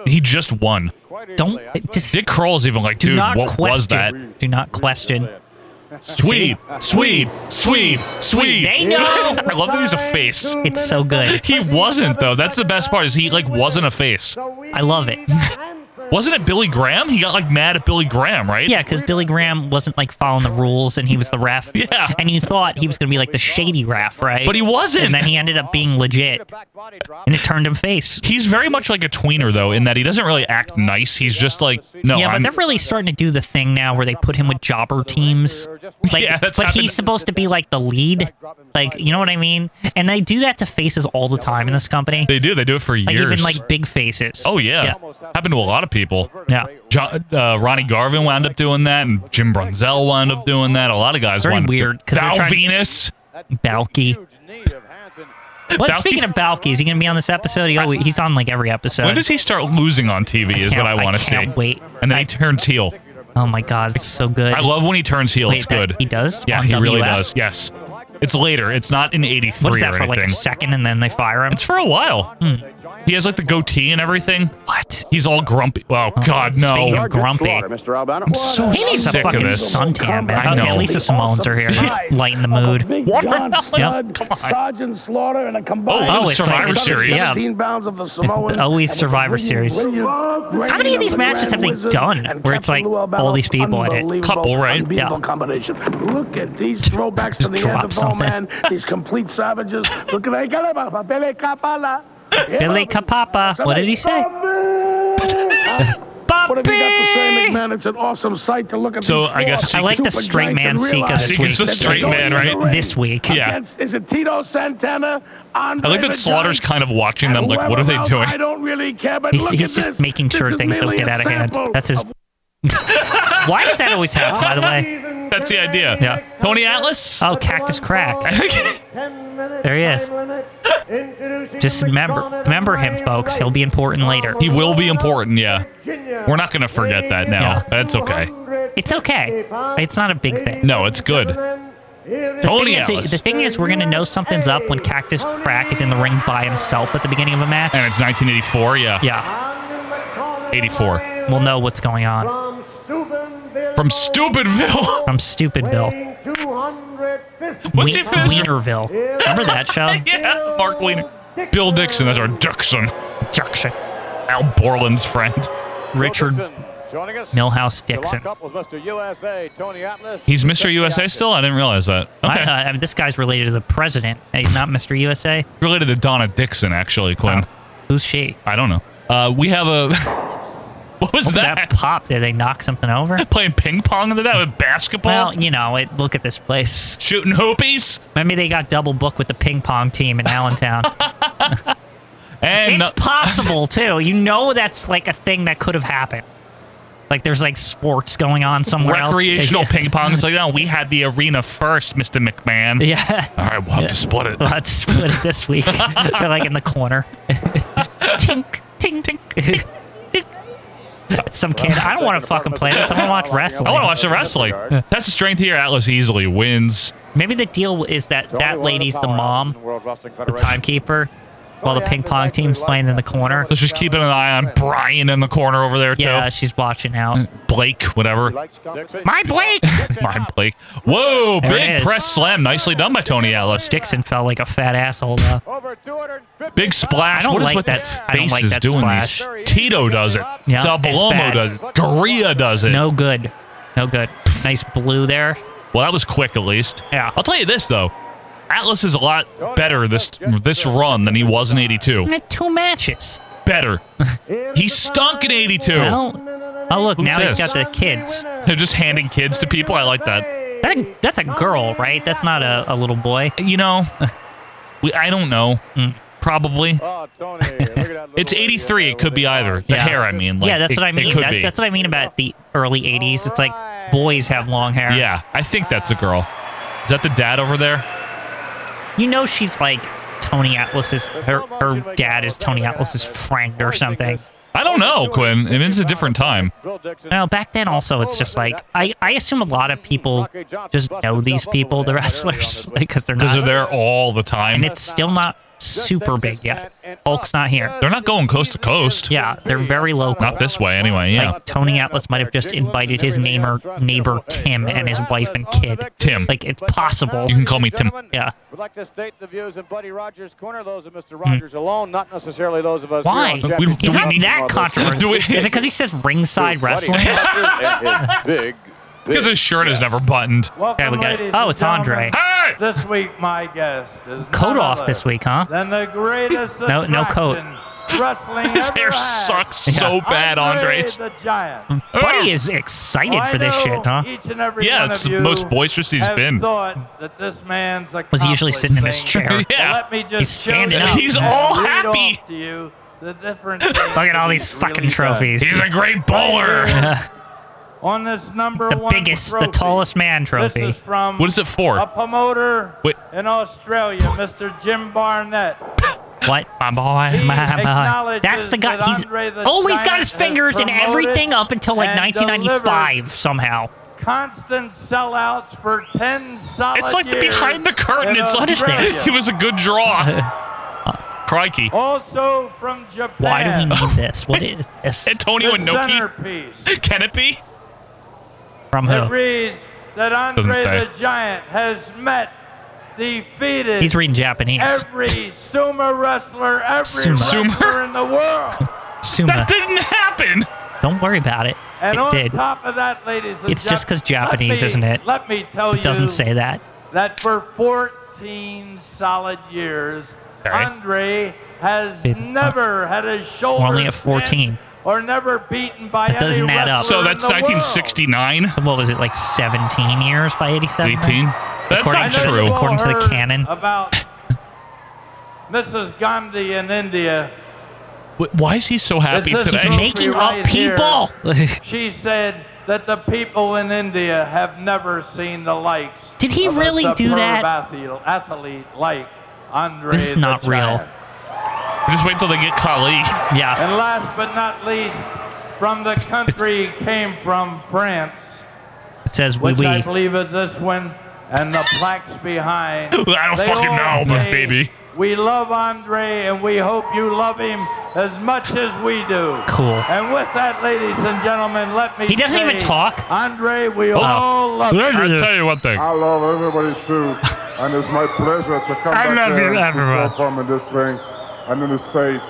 He just won.
Don't just
Dick Kroll's even like,
do
dude,
not
what
question.
was that?
Do not question.
Swede, Swede, Swede, Swede.
They know.
I love that he's a face.
It's so good.
He wasn't though. That's the best part. Is he like wasn't a face?
I love it.
Wasn't it Billy Graham? He got like mad at Billy Graham, right?
Yeah, because Billy Graham wasn't like following the rules, and he was the ref.
Yeah.
and you thought he was going to be like the shady ref, right?
But he wasn't.
and then he ended up being legit, and it turned him face.
He's very much like a tweener though, in that he doesn't really act nice. He's just like no.
yeah,
I'm,
but they're really starting to do the thing now where they put him with jobber teams. Like,
Yeah, that's
but
happened.
he's supposed to be like the lead. Like, you know what I mean? And they do that to faces all the time in this company.
they do. They do it for
Like
years.
even like big faces.
oh yeah. happened to a lot of people.
Yeah.
Jo- uh, Ronnie Garvin wound up doing that, and Jim Brunzell wound up doing that. A lot of guys
It's very
wound up doing-
weird, 'cause they're
Val
trying-
Venus.
Balky. But
Balky?
speaking of Balky, is he going to be on this episode? He, oh, he's on like every episode.
When does he start losing on TV? Is what
can't-
I want to see.
can't wait.
And then he turns heel.
Oh my God, it's so good.
I love when he turns heel.
Wait,
it's
that-
good.
he does?
Yeah,
On
he really
WF?
does. Yes. It's later. It's not in '83
What is that
or
for? Like a
anything.
second, and then they fire him.
it's for a while. Hmm. He has like the goatee and everything.
what?
He's all grumpy. Oh God,
Speaking
no.
of- grumpy.
Mr. Albano. I'm
so
He needs a
Sick of
fucking
this.
suntan,
I
man. Okay,
know.
at least the Samoans are here, lighten the mood.
Watermelon.
Yep.
Sergeant Slaughter and a combined
Oh,
Oh,
the
it's like-
Survivor
it's-
Series.
yeah.
15 pounds of the Samoan.
Always Survivor Series.
How
many of these matches have they done where it's like all these people in it?
Couple, right?
Yeah.
combination. Look at these throwbacks to the
Drop
end of all
something.
man. These complete savages. Look at that. Billy Kapala.
Billy Kapapa. What did he say?
What have you got to say,
Bobby!
McMahon? It's an awesome sight to look at.
So,
these
I guess
four
I like
the
super
straight
giants
man
and
Sika
realize
this
that
week.
they're
Sika's the straight
going
man,
in the
right?
ring.
This week.
Yeah.
Against- Is it Tito Santana?
I like that Slaughter's kind of watching them. Like, what are they doing?
I don't really care, but
He's,
look
he's
at
just
this.
making
This
sure
is
things don't
merely
get
a
out of hand.
sample
That's his.
of
Why does that always happen, by the way?
That's the idea.
Yeah.
Tony Atlas.
Oh, Cactus Crack. There he is. Just remember, remember him, folks. He'll be important later.
He will be important. Yeah. We're not gonna forget that now.
Yeah.
That's okay.
It's okay. It's not a big thing.
No, it's good.
The
Tony
thing,
Atlas.
is, the thing is, we're gonna know something's up when Cactus Crack is in the ring by himself at the beginning of a match.
and it's 1984. Yeah.
yeah,
84.
we'll know what's going on.
From Stupidville.
From Stupidville,
What's
Wien-
it for?
Wienerville. Remember that show?
yeah. Mark Wiener. Bill Dixon. That's our Dixon.
Jackson.
Al Borland's friend.
Richard
Joining us
Milhouse
to
Dixon.
lock up with Mr. USA, Tony Atlas.
He's Mr. USA still? I didn't realize that. Okay.
I, uh, I mean, this guy's related to the president. He's not Mr. USA.
Related to Donna Dixon, actually, Quinn.
Who's she?
I don't know. Uh, we have a. what was
What was
that?
that pop? Did they knock something over?
Playing ping pong in the back with basketball?
Well, you know, it, look at this place.
Shooting hoopies?
Maybe they got double booked with the ping pong team in Allentown.
And uh,
it's possible too. You know, that's like a thing that could have happened. Like there's like sports going on somewhere
recreational
else.
ping pong. It's like, no, we had the arena first, Mr. McMahon.
Yeah,
All right, we'll have to split it.
we'll have to split it this week. They're like in the corner. tink, tink, tink, tink, tink. Some kid. I don't want to fucking play this. I want to watch wrestling.
I want to watch the wrestling. That's the strength here. Atlas easily wins.
Maybe the deal is that that lady's the mom, the timekeeper,
Oh,
while the ping pong team's playing in the corner.
Let's just keep an eye on Brian in the corner over there, too.
Yeah, she's watching
Mm.
out.
Blake, whatever.
My Blake!
My Blake. Whoa,
There it
big
is.
press slam. Nicely done by Tony Atlas.
Dixon felt like a fat asshole, though.
Big splash.
I don't
What is
like
with
that-
these
I don't like
faces
that
doing
splash.
these? Tito does it.
Yeah, it's
Zabalomo
bad.
does it. Gorilla does it.
No good. No good. Nice blue there.
Well, that was quick at least.
Yeah.
I'll tell you this though, Atlas is a lot better this this run than he was in '82.
Only Two matches.
Better. he stunk in '82.
Well, oh, look,
Who's
now
this?
he's got the kids.
They're just handing kids to people. I like that.
That, that's a girl, right? That's not a, a little boy.
You know, we, I don't know.
Mm.
Probably.
Oh, Tony, look at that little
It's
lady
'83.
there
It could
with
be
the
either. The
Yeah.
hair, I mean. Like,
yeah, that's
it-
what I mean.
It could
That-
be.
That's what I mean about the early 80s. It's like boys have long hair.
yeah, I think that's a girl. Is that the dad over there?
You know she's like Tony Atlas's, her, her dad is Tony Atlas's friend or something.
I don't know, Quinn. It means a different time.
Bill Dixon.
Well, back then also, it's just like I, I assume a lot of people just know these people, the wrestlers, because they're
Because
not,
they're there all the time.
and it's still not super big yet. Hulk's not here.
They're not going coast to coast.
Yeah, they're very local.
Not this way, anyway, yeah.
Like Tony Atlas might have just invited his neighbor, neighbor Tim, and his wife and kid.
Tim.
Like it's possible.
You can call me Tim.
Yeah.
We'd like to state the views in Buddy Rogers' corner, those of Mr. Rogers alone, not necessarily those of us. here
Mm. Why?
on Jack-
We- do
He's
we
not
need-
that controversial.
Do we-
Is it because he says ringside
Buddy
wrestling?
Rogers and his big, big
Because his shirt is never buttoned.
Yeah, we got it. Oh, it's Andre.
Hey!
This week, my guest is
Coat off this week, huh?
Then the greatest
No- no coat.
attraction Wrestling
His
ever
hair
had.
sucks so bad, Andre. It's-
the Giant.
Buddy is excited
I
for this
know
shit, huh?
Each and every
Yeah,
one
it's
of
the
you
most boisterous he's
have
been.
Thought that this man's
Was he usually sitting in his
accomplishing
chair?
things.
Yeah.
Well, let me just
He's
show
standing
you
up. He's
and
all
read
happy.
off to you the different things
Look at all
that
these
he's
fucking
really done.
trophies.
He's a great bowler.
On this number
the
one
biggest,
trophy,
the tallest man
This
trophy.
is from
What is it for?
A promoter
Wait.
in Australia, Mr. Jim Barnett.
What? My boy,
He
my boy.
acknowledges
That's the guy.
that
He's
Andre the
oh, he's got
Giant
his
has
fingers in
promoted
everything up until like
and
1995 somehow.
Constant sellouts for 10 solid
It's like
years
behind the curtain.
in
It's
What is
Australia.
this?
It was a good draw. Crikey.
Oh, Also from Japan.
Why do we need this? What is this?
Antonio
the
Inoki.
centerpiece.
Can it be?
From
It
who?
reads that
Doesn't
Andre
say.
the Giant has met, defeated
He's reading Japanese.
every sumo wrestler, every
Sumo.
wrestler in the world.
Suma.
That didn't happen.
Don't worry about it.
And
It
on
did.
top of that, ladies and
It's just 'cause
gentlemen, let
Japanese,
me-
isn't it?
Let me tell you,
It doesn't say that.
that for 14 solid years,
Okay.
Andre has
It- uh,
never had a shoulder.
We're only at 14.
pinned Or never beaten by
That
any
doesn't add up.
wrestler
So
in
that's
the world.
1969,
So what was it, like 17 years by 87?
18. That's
According
not
to-
I know you
true.
all
According to the
heard
canon.
About Mrs. Gandhi in India,
Wh- Why is he so happy
It's just
He's
today?
amazing.
making up
Right here.
people.
she said that the people in India have never seen the likes.
Did he
of a
really do
superb
that?
Athlete, athlete like Andre.
This is
the
not real.
Giant.
Just wait till they get Kali.
yeah.
And last but not least, from the country he came from France,
It says wee
which I
wee.
believe is this one, and the plaques behind.
I don't
They
fucking know,
all
but
say,
baby.
We love Andre, and we hope you love him as much as we do.
Cool.
And with that, ladies and gentlemen, let me.
He doesn't even
say,
talk. Oh.
Andre, we all love you.
I'll tell you one thing.
I love everybody too, and it's my pleasure to come
I
back
love
here
you,
and to
everyone.
perform in this ring and in the States.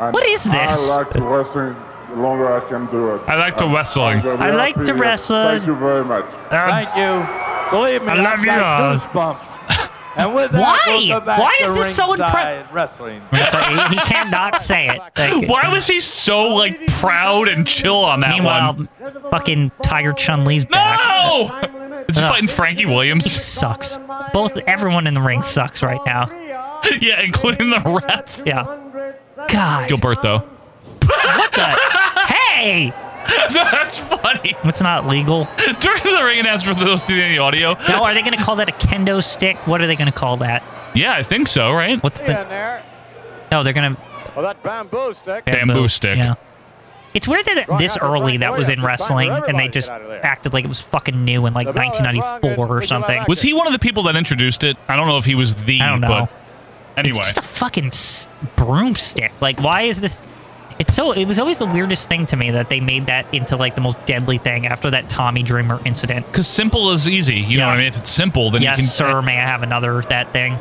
And
What is this?
I like to wrestling the longer I can do it.
I like to wrestling.
I'm very
I like
happy
to
here.
wrestle.
Thank you very much.
Um,
Uh,
Thank you. Believe me,
I love
I've
you all.
got goosebumps. And with that,
Why?
we'll go back
Why
to
is this so impre-
ringside Wrestling.
So he, he cannot say it. Like,
why was he so like proud and chill on that
meanwhile,
one?
fucking Tiger Chun Lee's back.
No! Is he fighting Frankie
He
Williams?
sucks. Both everyone in the ring sucks right now.
yeah, including the ref.
Yeah. God.
Gilberto.
What the? hey!
That's funny.
What's not legal?
During the ring and ask for those in the audio.
Now, are they going to call that a kendo stick? What are they going to call that?
Yeah, I think so, right?
What's
in
the?
there.
No, they're going to
Well, that bamboo stick.
Bamboo stick.
Yeah. It's weird that this early that was in wrestling and they just acted like it was fucking new in like 1994 or something.
Was he one of the people that introduced it? I don't know if he was the,
I don't know.
but anyway.
It's just a fucking s- broomstick. Like, why is this? It's so. It was always the weirdest thing to me that they made that into like the most deadly thing after that Tommy Dreamer incident.
Because simple is easy. You know
Yeah.
what I mean? If it's simple, then
yes,
you can.
sir. May I have another that thing?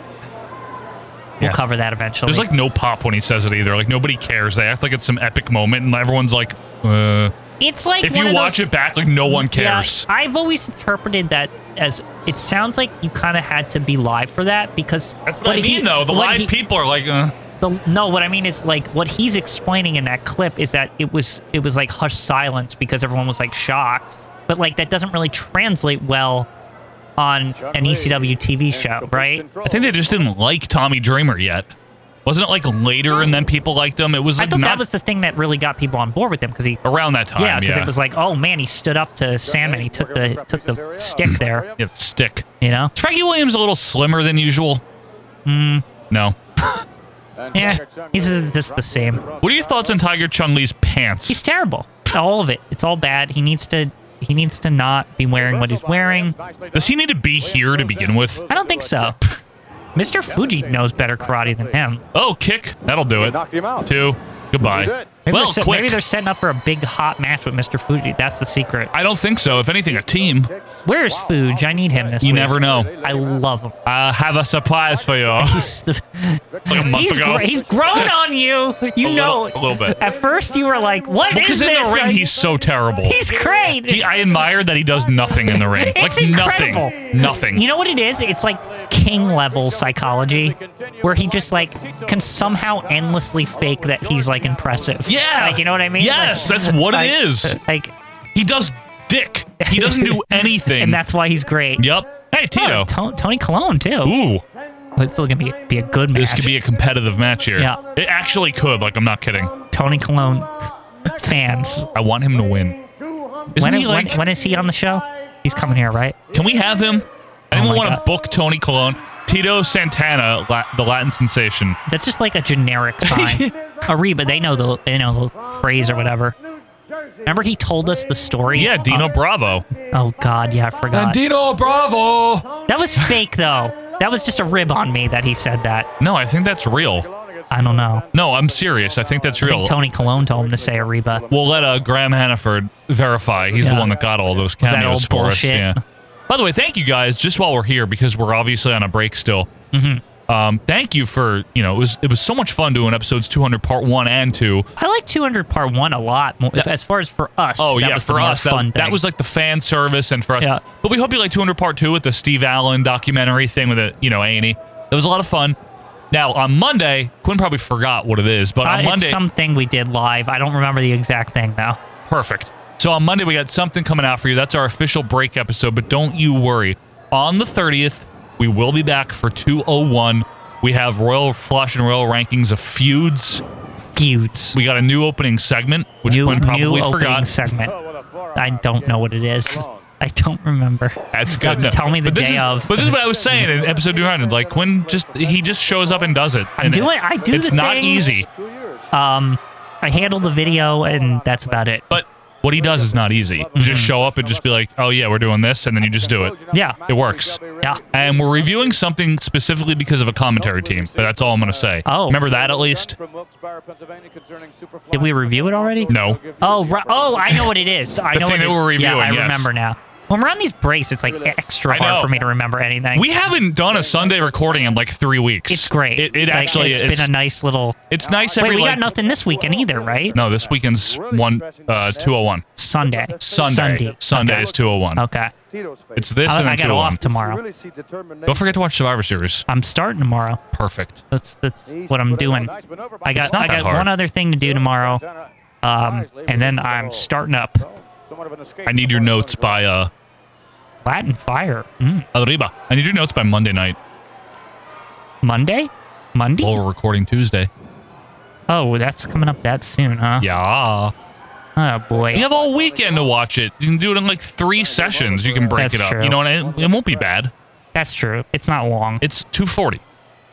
We'll
Yes.
cover that eventually.
There's like no pop when he says it either. Like nobody cares. They act like it's some epic moment, and everyone's like, uh.
it's like
If
one
you
of
watch
those-
it back, like no one
Yeah,
cares.
I've always interpreted that as it sounds like you kind of had to be live for that because
That's what, I mean,
he-
though. The
what
live
he-
people are like, uh,
the, no, what I mean is like what he's explaining in that clip is that it was it was like hushed silence because everyone was like shocked, but like that doesn't really translate well on an E ECW TV show, right?
I think they just didn't like Tommy Dreamer yet. Wasn't it like later, and then people liked him? It was
I
like
thought
not
that was the thing that really got people on board with him because he.
around that time.
Yeah, because
yeah.
it was like, oh man, he stood up to Sandman. He took the took the stick there,
Yeah, stick.
you know.
Is Frankie Williams a little slimmer than usual? Hmm, No.
Yeah, he's just the same.
What are your thoughts on Tiger Chung Lee's pants?
He's terrible. All of it. It's all bad. He needs to. He needs to not be wearing what he's wearing.
Does he need to be here to begin with?
I don't think so. Mr. Fuji knows better karate than him.
Oh, kick. That'll do it.
Knocked him out.
Two. Goodbye.
Good.
Maybe,
well,
they're set-
quick.
maybe they're setting up for a big hot match with Mr. Fuji. That's the secret.
I don't think so. If anything, a team.
Where's Fuji? I need him this
You
week.
never know.
I love him.
I uh, have a surprise for you.
He's the,
Like a month
he's,
ago.
gr- he's grown on you. You
A
know.
little- a little bit.
At first, you were like, "What is
because in
this?"
the ring,
Like,
he's so terrible.
he's great.
He, I admire that he does nothing in the ring.
It's
like
incredible.
nothing. Nothing.
You know what it is? It's like king level psychology, where he just like can somehow endlessly fake that he's like impressive.
Yeah.
like you know what I mean?
Yes,
Like-
that's what it
like-
is.
Like,
he does dick. He doesn't do anything.
and that's why he's great.
Yep. Hey, Tito.
Oh, To- Tony Colon too.
Ooh,
It's still gonna be, be a good match.
this could be a competitive match here.
Yeah.
It actually could. Like, I'm not kidding.
Tony Colon fans.
I want him to win. Uh, Isn't
when,
he
when-
like?
when is he on the show? He's coming here, right?
can we have him?
Oh my
Anyone want to
God.
book Tony Colon? Tito Santana, La- the Latin sensation.
That's just like a generic sign. Ariba, they know the they know the phrase or whatever. Remember he told us the story?
Yeah, Dino
of-
Bravo.
oh Uh, God, yeah, I forgot.
Dino Bravo.
that was fake though. That was just a rib on me that he said that.
No, I think that's real.
I don't know.
No, I'm serious. I think that's
I
real.
think Tony Colon told him to say Ariba.
We'll let uh, Graham Hannaford verify. He's
Yeah.
the one that got all those
that
cameos
old
for
bullshit?
us. Yeah. By the way, thank you guys. Just while we're here, because we're obviously on a break still. Mm-hmm. Um, thank you for you know it was it was so much fun doing episodes 200 part one and two.
I like 200 part one a lot. More, as far as for us,
Oh
that
yeah,
was the
for
more
us that,
fun
that
thing.
was like the fan service and for us.
Yeah.
But we hope you like 200 part two with the Steve Allen documentary thing with the you know A and E. That was a lot of fun. Now on Monday, Quinn probably forgot what it is, but
Uh,
on Monday
it's something we did live. I don't remember the exact thing though.
Perfect. So on Monday, we got something coming out for you. That's our official break episode, but don't you worry. On the 30th, we will be back for 201. We have Royal Flush and Royal Rankings of Feuds.
Feuds.
We got a new opening segment, which
new
Quinn
new
probably
opening
forgot.
segment. I don't know what it is. I don't remember.
That's
You'll
good.
have to
to
tell me the
but this
day
is,
of.
But this is what I was saying in episode 200. Like Quinn just he just shows up and does it.
I'm
And
doing. I do.
It's
the
not
things.
easy,
Um, I handle the video, and that's about it.
but what he does is not easy. You just show up and just be like, "Oh yeah, we're doing this," and then you just do it.
Yeah.
It works.
Yeah.
And we're reviewing something specifically because of a commentary team. But that's all I'm going to say.
Oh.
Remember that at least?
Did we review it already?
No.
Oh, right. oh, I know what it is. I
The
know
thing
what
that
it-
we're reviewing,
Yeah, I
yes.
remember now. When we're on these breaks, it's like extra
I
hard
know.
for me to remember anything.
We haven't done a Sunday recording in like three weeks.
it's great.
It, it
Like,
actually
it's
it's,
been a nice little.
it's nice
Wait,
every
we
like,
got nothing this weekend either, right?
No, this weekend's one uh, 201.
Sunday.
Sunday.
Sunday.
Sunday
Okay.
is 201.
Okay.
It's this
I,
and
I
then
got
201.
off tomorrow.
Don't forget to watch Survivor Series.
I'm starting tomorrow.
Perfect.
That's that's what I'm doing. I got
not
I
that
got
hard.
one other thing to do tomorrow, um, and then I'm starting up
I need your notes by uh
Latin Fire mm.
Arriba. I need your notes by Monday night.
Monday. Monday.
While we're recording Tuesday.
Oh, that's coming up that soon, huh?
Yeah.
Oh boy.
You have all weekend to watch it. You can do it in like three sessions. You can break
That's
it up.
true.
You know what I mean? It won't be bad.
That's true. It's not long.
It's 240.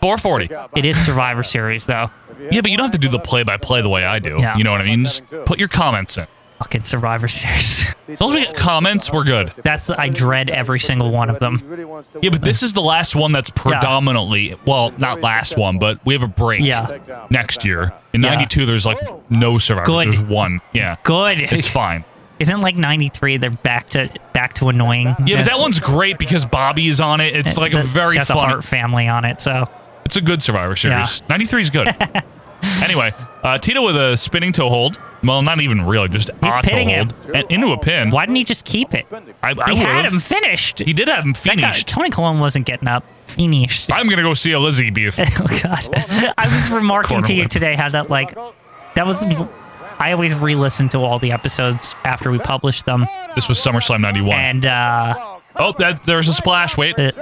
440.
It is Survivor Series though.
Yeah, but you don't have to do the play by play the way I do.
Yeah.
You know what I mean? Just put your comments in.
Fucking Survivor Series.
As long as we get comments, we're good.
that's I dread every single one of them.
Yeah, but this is the last one that's predominantly, well, not last one, but we have a break
Yeah.
next year. In
Yeah.
92, there's like no survivor.
Good.
There's one. Yeah.
Good.
It's fine.
Isn't like 93 they're back to back to annoying.
Yeah, but that one's great because Bobby is on it. It's like a very
got the
fun.
Hart family on it, so
It's a good Survivor Series. 93 is good. anyway, uh, Tito with a spinning toe hold. Well, not even really, just
He's
a toe
pinning him.
hold. And into a pin.
why didn't he just keep it?
I, I
he had
would've.
him finished.
He did have him
That guy-
finished.
Tony Colon wasn't getting up. Finished.
I'm going to go see Elizabeth.
Oh God! I was remarking
Corner
to you
whip.
today how that like that was. I always re-listen to all the episodes after we publish them,
this was SummerSlam 91.
and uh,
oh, that there's a splash. Wait.
Uh,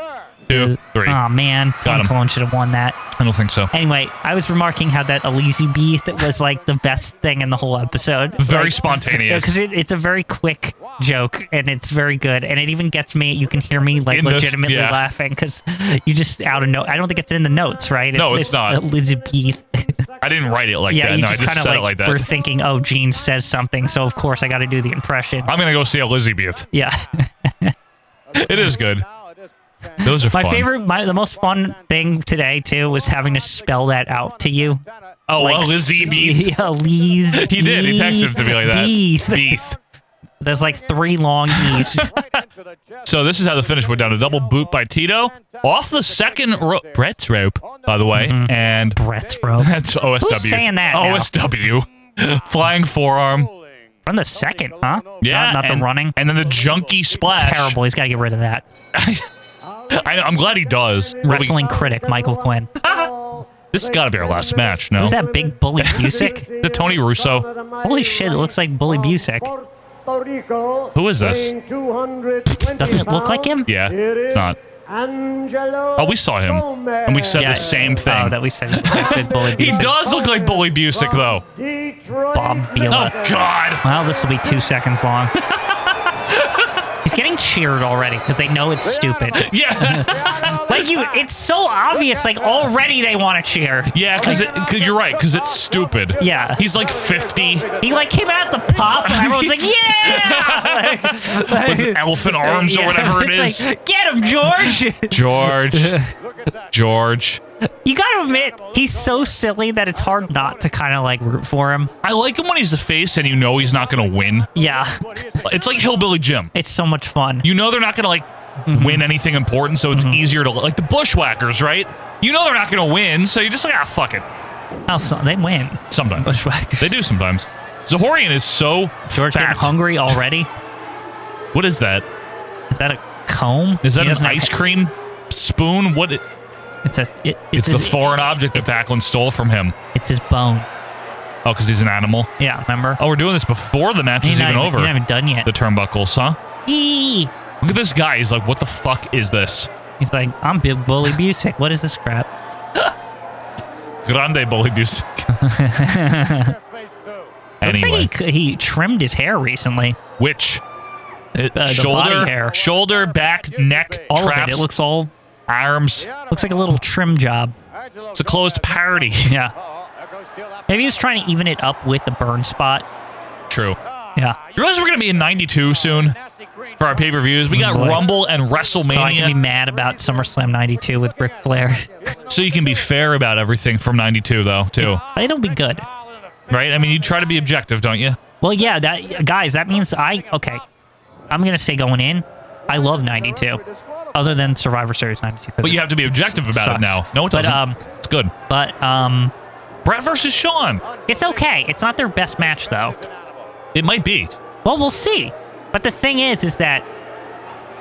Two, three.
oh man, Tony
him.
Colon should have won that.
I don't think so.
Anyway, I was remarking how that Elise Beath was like the best thing in the whole episode.
Very
Like,
spontaneous.
because it, it's a very quick joke and it's very good and it even gets me you can hear me like
In this-
legitimately
yeah.
laughing because you just out of no i don't think it's in the notes right
No, it's not.
elizabeth
I didn't write it like
yeah
that.
you
No,
just
I just
kind
said
of
it like
like, we're
that.
thinking oh gene says something so of course i gotta do the impression
I'm going to go see Elizabeth.
yeah
It is good. Those are
My
fun.
favorite, my the most fun thing today too was having to spell that out to you.
Oh,
Like,
oh, Lizzie Beath.
Yeah, Lee's.
He did. He texted it to me like that.
Beath.
Beath.
There's like three long E's.
So this is how the finish went down. A double boot by Tito off the second rope. Brett's rope, by the way. And
Brett's rope.
That's OSW.
Mm-hmm. Who's saying that now?
OSW. Flying forearm.
From the second, huh?
Yeah.
Not, not
and-
the running.
And then the junkie splash.
Terrible. He's got to get rid of that.
I, I'm glad he does.
Wrestling critic, Michael Quinn.
This has got to be our last match, no?
Who's that big bully Busick?
The Tony Russo.
Holy shit, it looks like Bully Busick.
Who is this?
Doesn't it look like him?
Yeah, it's not. Oh, we saw him. And we said
Yeah.
the same thing.
Oh, that we said it looked like big bully
he
Busick.
does look like Bully Busick, though.
Bob
Oh,
Biela.
God.
Well, this will be two seconds long. He's getting cheered already because they know it's stupid.
Yeah.
Like you, it's so obvious. Like already they want to cheer.
Yeah, because you're right, because it's stupid.
Yeah.
He's like 50
He like came out the pop, and everyone's like, "Yeah!" Like,
with elephant arms or
yeah.
whatever it
It's
is.
like, Get him, George.
George. George.
you gotta admit, he's so silly that it's hard not to kind of like root for him.
I like him when he's the face and you know he's not going to win.
Yeah,
It's like Hillbilly Jim.
it's so much fun.
You know they're not going to like
Mm-hmm.
win anything important, so it's easier to like the Bushwhackers, right? You know they're not going to win, so you're just like, ah, fuck it.
Also, they win.
Sometimes
Bushwhackers.
they do sometimes. Zahorian is so
George getting
fat.
hungry already.
What is that?
Is that a comb?
Is that
He
an
doesn't have-
ice cream spoon? What? It,
It's a. It,
it's
it's
the
his,
foreign object that Backlund stole from him.
It's his bone.
Oh, because he's an animal.
Yeah, remember?
Oh, we're doing this before the match
He's
is
not
even over.
He's not even done yet.
The turnbuckles, huh?
Eee.
Look at this guy. He's like, what the fuck is this?
He's like, I'm Big Bully Busick. What is this crap?
Grande bully music. anyway,
Looks like he, he trimmed his hair recently.
which
Uh, the
shoulder,
body hair.
shoulder, back, neck,
all
traps,
of it. It looks all
arms.
looks like a little trim job.
It's a closed parody.
Yeah. Maybe he was trying to even it up with the burn spot.
True.
Yeah.
You realize we're gonna be in '92 soon for our pay per views. We got
Boy.
Rumble and WrestleMania.
Mm-hmm. So I can be mad about SummerSlam 92 with Ric Flair.
So you can be fair about everything from 92, though, too.
It'll be good.
Right? I mean, you try to be objective, don't you?
Well, yeah, that guys, that means I okay. I'm gonna say going in, I love '92. Other than Survivor Series '92,
But you have to be objective about it now. No, it
but
doesn't.
um,
it's good.
but um,
Brett versus Sean.
it's okay. It's not their best match though.
It might be.
Well, we'll see. But the thing is, is that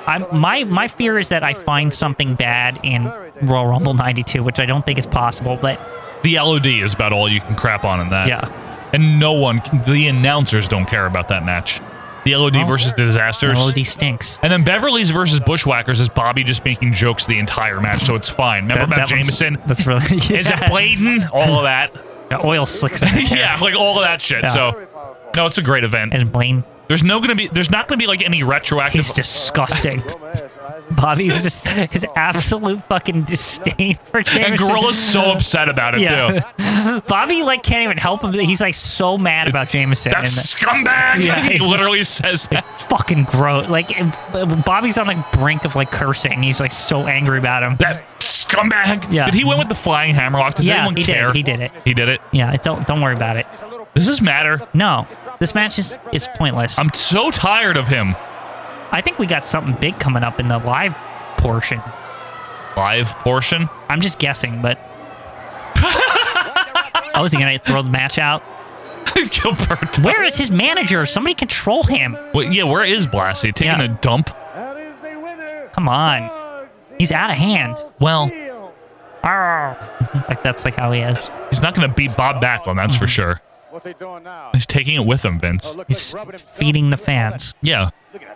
I'm my my fear is that I find something bad in Royal Rumble '92, which I don't think is possible. But
The LOD is about all you can crap on in that.
yeah,
And no one, the announcers don't care about that match. The LOD
Oh.
versus Disasters.
melody stinks.
And then Beverly's versus Bushwhackers is Bobby just making jokes the entire match, so it's fine. Remember
That-
about
that one's-
Jameson?
That's really yeah.
Is it Bladen? All of that.
The oil slicks in his hair.
yeah, like all of that shit.
Yeah.
So, no, it's a great event.
and Blaine.
There's no gonna be. There's not gonna be like any retroactive.
He's disgusting. Bobby's just his absolute fucking disdain for Jameson.
and Gorilla's so upset about it too.
Yeah. Bobby like can't even help him. He's like so mad about Jameson.
That
and
scumbag.
Yeah,
he
he's just-
literally says that.
fucking gross. Like and B- Bobby's on the brink of like cursing. He's like so angry about him.
That scumbag.
Yeah.
Did he win with the flying hammerlock? Does
Yeah,
anyone
he did.
care?
He did it.
He did it.
Yeah, it- don't don't worry about it.
Does this matter?
No, this match is is pointless. i
I'm so tired of him.
think we got something big coming up in the live portion.
Live portion.
I'm just guessing, but I was gonna throw the match out.
Gilbert.
Where is his manager? Somebody control him.
Wait, yeah, where is Blassie? Taking
Yeah.
a dump?
Come on. He's out of hand.
Well,
Arr. like that's like how he is.
he's not going to beat Bob Backlund, that's
Mm-hmm.
for sure.
What's he doing now? Oh,
He's taking it with him, Vince.
He's feeding the fans.
Yeah.
Look at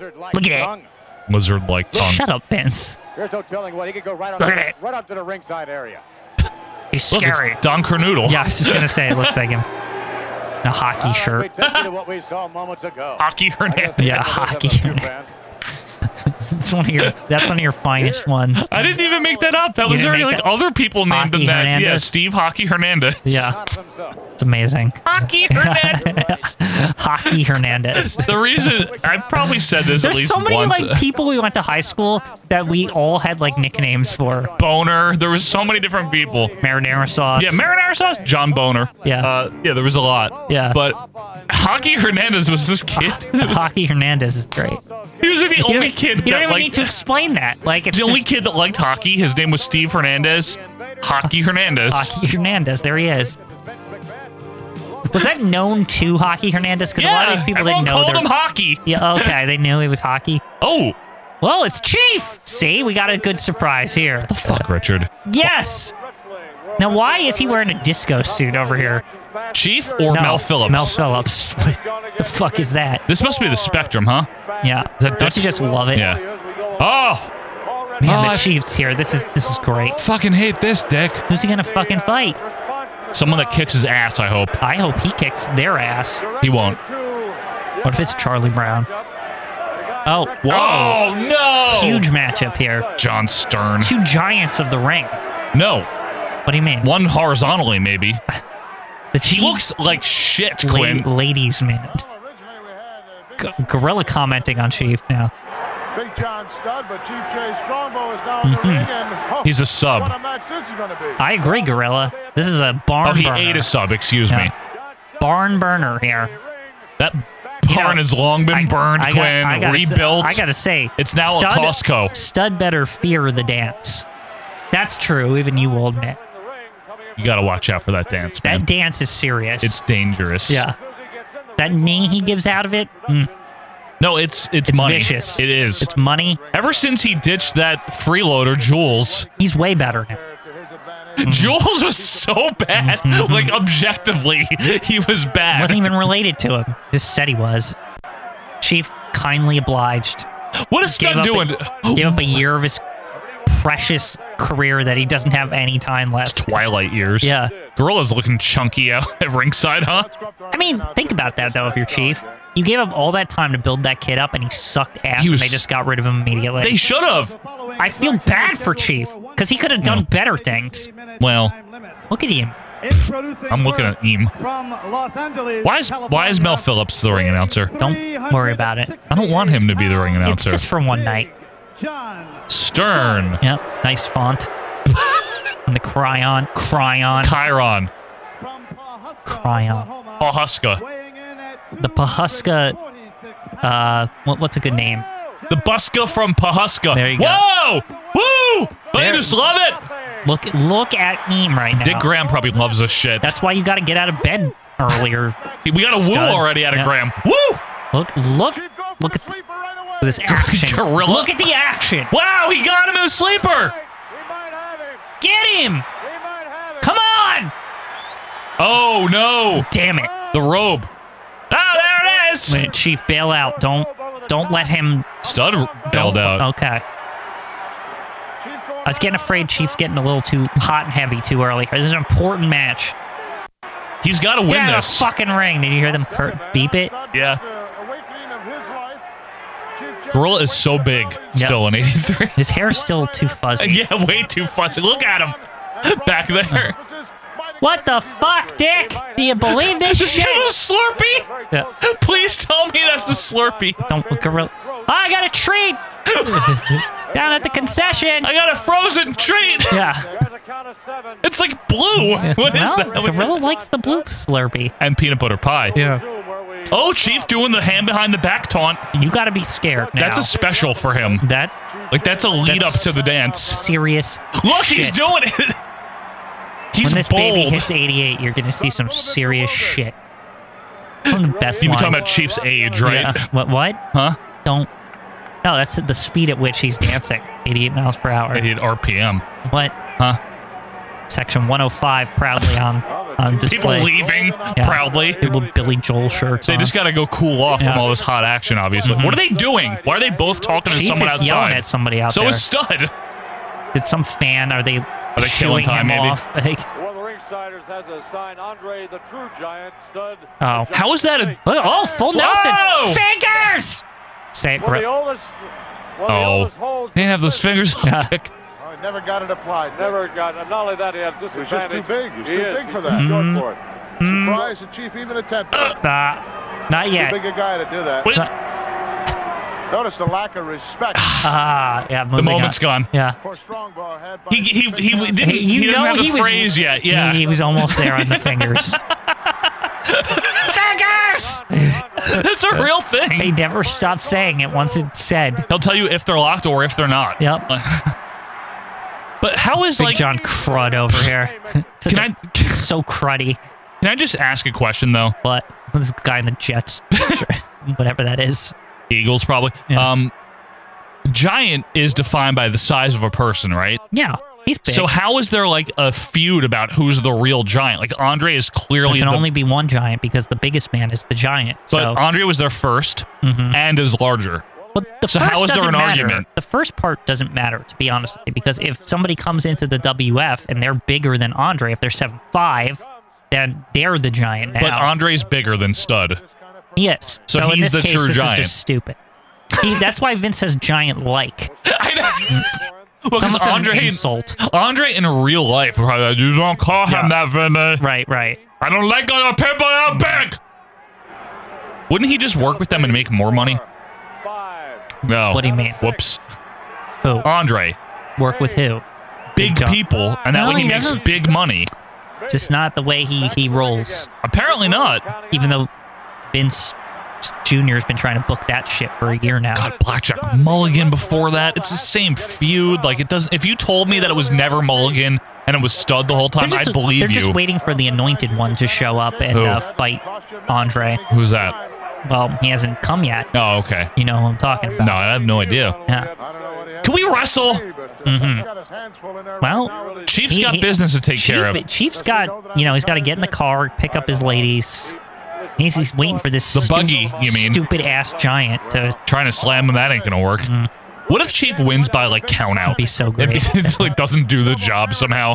it. Look at it.
Lizard like tongue.
Shut up, Vince.
There's no telling what he could go right on
Look at it.
right up to the ringside area.
He's
Look, it's
scary.
Don Carnoodle.
Yeah, I was just gonna say it looks like him. A hockey
All right,
shirt.
We take you to what we saw moments ago.
Hockey
I guess
Hernandez.
the
Yeah,
Cowboys have a
hockey
few
unit.
fans.
That's one of your. That's one of your finest ones.
I didn't even make that up. That
You
was
didn't
already
make
like
that-
other people named
Hockey
him that. Yeah,
Hernandez?
Steve Hockey Hernandez.
Yeah,
Not himself.
it's amazing.
Hockey Hernandez.
Hockey Rocky Hernandez.
The reason I probably said this at
There's
least
so many
once.
like people we went to high school that we all had like nicknames for.
Boner. There was so many different people.
Marinara sauce.
Yeah, marinara sauce. John Boner.
Yeah.
uh, yeah. There was a lot.
Yeah.
but Hockey Hernandez was this kid.
Hockey Hernandez is great.
he was like the
You
only
don't-
kid
You don't
that
even
like
need to explain that. Like it's
the only
just
kid that liked hockey. His name was Steve Hernandez. Hockey Hernandez.
Hockey Hernandez. There he is. Was that known to Hockey Hernandez? Because a lot of these people
everyone
didn't know.
called
their-
him hockey.
yeah. Okay, they knew he was hockey.
Oh,
Whoa, it's Chief. See, we got a good surprise here.
the fuck, Richard.
Yes. Now, why is he wearing a disco suit over here?
Chief or
No,
Mel Phillips?
Mel Phillips. the fuck is that?
This must be the Spectrum, huh?
Yeah.
that
Don't you
dick?
just love it?
Yeah. Oh,
Man,
Oh,
the Chiefs here. This is this is great.
fucking hate this dick.
Who's he gonna fucking fight?
Someone that kicks his ass. I hope
I hope he kicks their ass.
he won't.
What if it's Charlie Brown? Oh, whoa!
Oh no!
Huge matchup here.
John Stern.
Two giants of the ring.
No,
What do you mean?
one horizontally maybe.
The
He
Chiefs
looks like shit,
la-
Quinn.
ladies man.
uh,
G- gorilla commenting on Chief now.
Big John Stud, but Chief Jay Strongbow is now in the ring, and oh,
Mm-hmm. He's a sub.
what a match this is going to be.
I agree, Gorilla. This is a barn
Oh, he
burner.
ate a sub. Excuse
Yeah.
me.
Barn burner here.
That
You
barn
know,
has long been burned,
I got-
Quinn.
I gotta s-
rebuilt.
I gotta say,
It's now a Costco.
Stud better fear the dance. That's true. Even you will admit
you gotta watch out for that dance,
that
man.
dance is serious.
it's dangerous.
yeah. That knee he gives out of it, mm,
No, it's it's,
It's
money.
vicious.
It is.
it's money.
Ever since he ditched that freeloader, Jules,
He's way better now. Mm-hmm.
Jules was so bad. like objectively, he was bad.
Wasn't even related to him. Just said he was. Chief kindly obliged.
what is
Gave
Stud
up,
doing?
a, gave up a year of his precious career that he doesn't have any time left.
Twilight years.
Yeah.
Gorilla's looking chunky out at ringside, huh?
I mean, think about that though. If you're chief, you gave up all that time to build that kid up, and he sucked ass,
He was-
and they just got rid of him immediately.
They should have.
I feel bad for Chief because he could have done
No.
better things.
Well,
Look at him.
I'm looking at him. Why is why is Mel Phillips the ring announcer?
Don't worry about it.
I don't want him to be the ring
It's
announcer.
just for one night.
Stern,
Yep. Nice font. and the cryon, cryon,
Chiron,
cryon.
Pahuska,
The Pahuska. Uh, what, what's a good name?
the Buska from Pahuska.
There you go.
Whoa! Woo! I just love it.
Look, look at him right now.
Dick Graham probably loves this shit.
That's why you got to get out of bed earlier.
we got a woo
Stud.
already out of
Yeah.
Graham. Woo!
Look, look, look at this action.
Gorilla.
Look at the action.
Wow, he got him in a sleeper.
Get him. Come on.
Oh no!
Damn it.
The robe. Ah, there it is.
Wait, Chief, bail out. Don't don't let him.
Stud bailed
don't-
out.
Okay. I was getting afraid Chief's getting a little too hot and heavy too early. This is an important match.
He's got to win
Get out of the
this.
fucking ring. Did you hear them cur- beep it?
Yeah. Gorilla is so big. Still in '83.
His hair's still too fuzzy.
yeah, way too fussy. Look at him back there.
What the fuck, Dick? Do you believe this
Does he
shit?
have a Slurpee?
Yeah.
Please tell me that's a Slurpee.
Don't gorilla. Oh, I got a treat down at the concession.
I got a frozen treat.
Yeah.
It's like blue. What is
well,
that?
Gorilla likes the blue Slurpee.
And peanut butter pie.
Yeah.
Oh, Chief doing the hand behind the back taunt.
You gotta be scared now.
That's a special for him.
that
Like that's a lead
That's-
up to the dance.
serious.
Look, he's
shit.
doing it. He's
when this
bold.
baby hits 88, you're gonna see some serious shit. One of the best
you were
lines.
talking about Chief's age, right?
Yeah. What? What?
Huh?
Don't. No, that's the speed at which he's dancing. 88 miles per hour.
I hit RPM.
What?
Huh?
Section 105 proudly on on
People
display.
leaving
Yeah.
proudly.
People Billy Joel shirts.
They
on.
just got to go cool off
Yeah. Mm-hmm.
from all this hot action, obviously. What are they doing? Why are they both talking to
Chief
someone
is
outside?
yelling at somebody out
so
there.
is Stud.
Did some fan? Are they? Are
they killing time, maybe?
Off? Like,
One of the ringsiders has a sign, Andre the True Giant Stud.
oh,
How is that a.
Look, oh, full
Whoa!
Nelson fingers. Say it,
One of the
Gri-
oldest. One of the
Oh.
oldest holds.
They didn't have those fingers on
Yeah.
Dick.
I Oh, never got it applied. Never.
Never got. Not only that, he has
It's just too
disadvantage.
big. It's
He
Mm-hmm.
too
is.
big for that. Surprised the chief even attempted. it.
uh, Not
Too big
yet.
a guy to do that.
Wait.
Notice the lack of respect
Ah, yeah.
The
moving
moment's
on.
gone.
Yeah.
for Strongbow ahead by
He he he didn't.
Hey, you
he didn't
know
have the
he was
phrase yet. Yeah.
He, he was almost there on the fingers. fingers.
That's a real thing.
They never stopped saying it once it's said.
He'll tell you if they're locked or if they're not.
Yep.
But how is
Big
like?
John Crud over here. Such
Can
a- so cruddy?
Can I just ask a question though?
But this guy in the Jets, whatever that is.
Eagles probably.
Yeah.
Um, giant is defined by the size of a person, right?
Yeah, he's big.
So how is there like a feud about who's the real giant? Like Andre is
there
clearly
can
the,
only be one giant because the biggest man is the giant.
but
so,
Andre was there 1st
Mhm.
and is larger.
but the
so
first
how is there
doesn't
an
matter.
argument?
The first part doesn't matter, to be honest with you, because if somebody comes into the WF and they're bigger than Andre, if they're seven five, then they're the giant now.
But Andre's bigger than Stud.
yes,
So
in
he's
this
the
case,
true
this
giant.
Is just stupid. He, that's why Vince says giant like.
I know. Well,
It's
because
almost as an
Andre,
insult.
Andre in real life, would probably, you don't call him
Yeah.
that, Vinny.
Right, right.
I don't like other people out back. Wouldn't he just work with them and make more money? No.
What do you mean?
Whoops.
Who?
Andre,
Work with who?
big
John.
people, and that
No,
way he
he
makes
doesn't.
big money.
Just not the way he, he rolls.
Apparently not.
Even though Vince Jr. has been trying to book that shit for a year now.
God, Blackjack Mulligan before that. It's the same feud. Like it doesn't. If you told me that it was never Mulligan and it was Stud the whole
They're
time,
just,
I'd believe
they're
you.
just waiting for the anointed one to show up and
Who?
uh, fight Andre.
Who's that?
Well, he hasn't come yet.
Oh, okay.
You know who I'm talking about.
No, I have no idea.
Yeah.
I don't know what he had
Can we wrestle? Mm-hmm.
mm
Well,
Chief's
He-
got
he-
business to take
Chief,
care of.
Chief's got, you know, he's got to get in the car, pick up his ladies. He's, he's waiting for this
The
stu-
buggy, you mean.
stupid ass giant to
Trying to slam him, that ain't gonna work. What if Chief wins by like count out?
Mm. be so
It'd
great.
be- it like doesn't do the job somehow.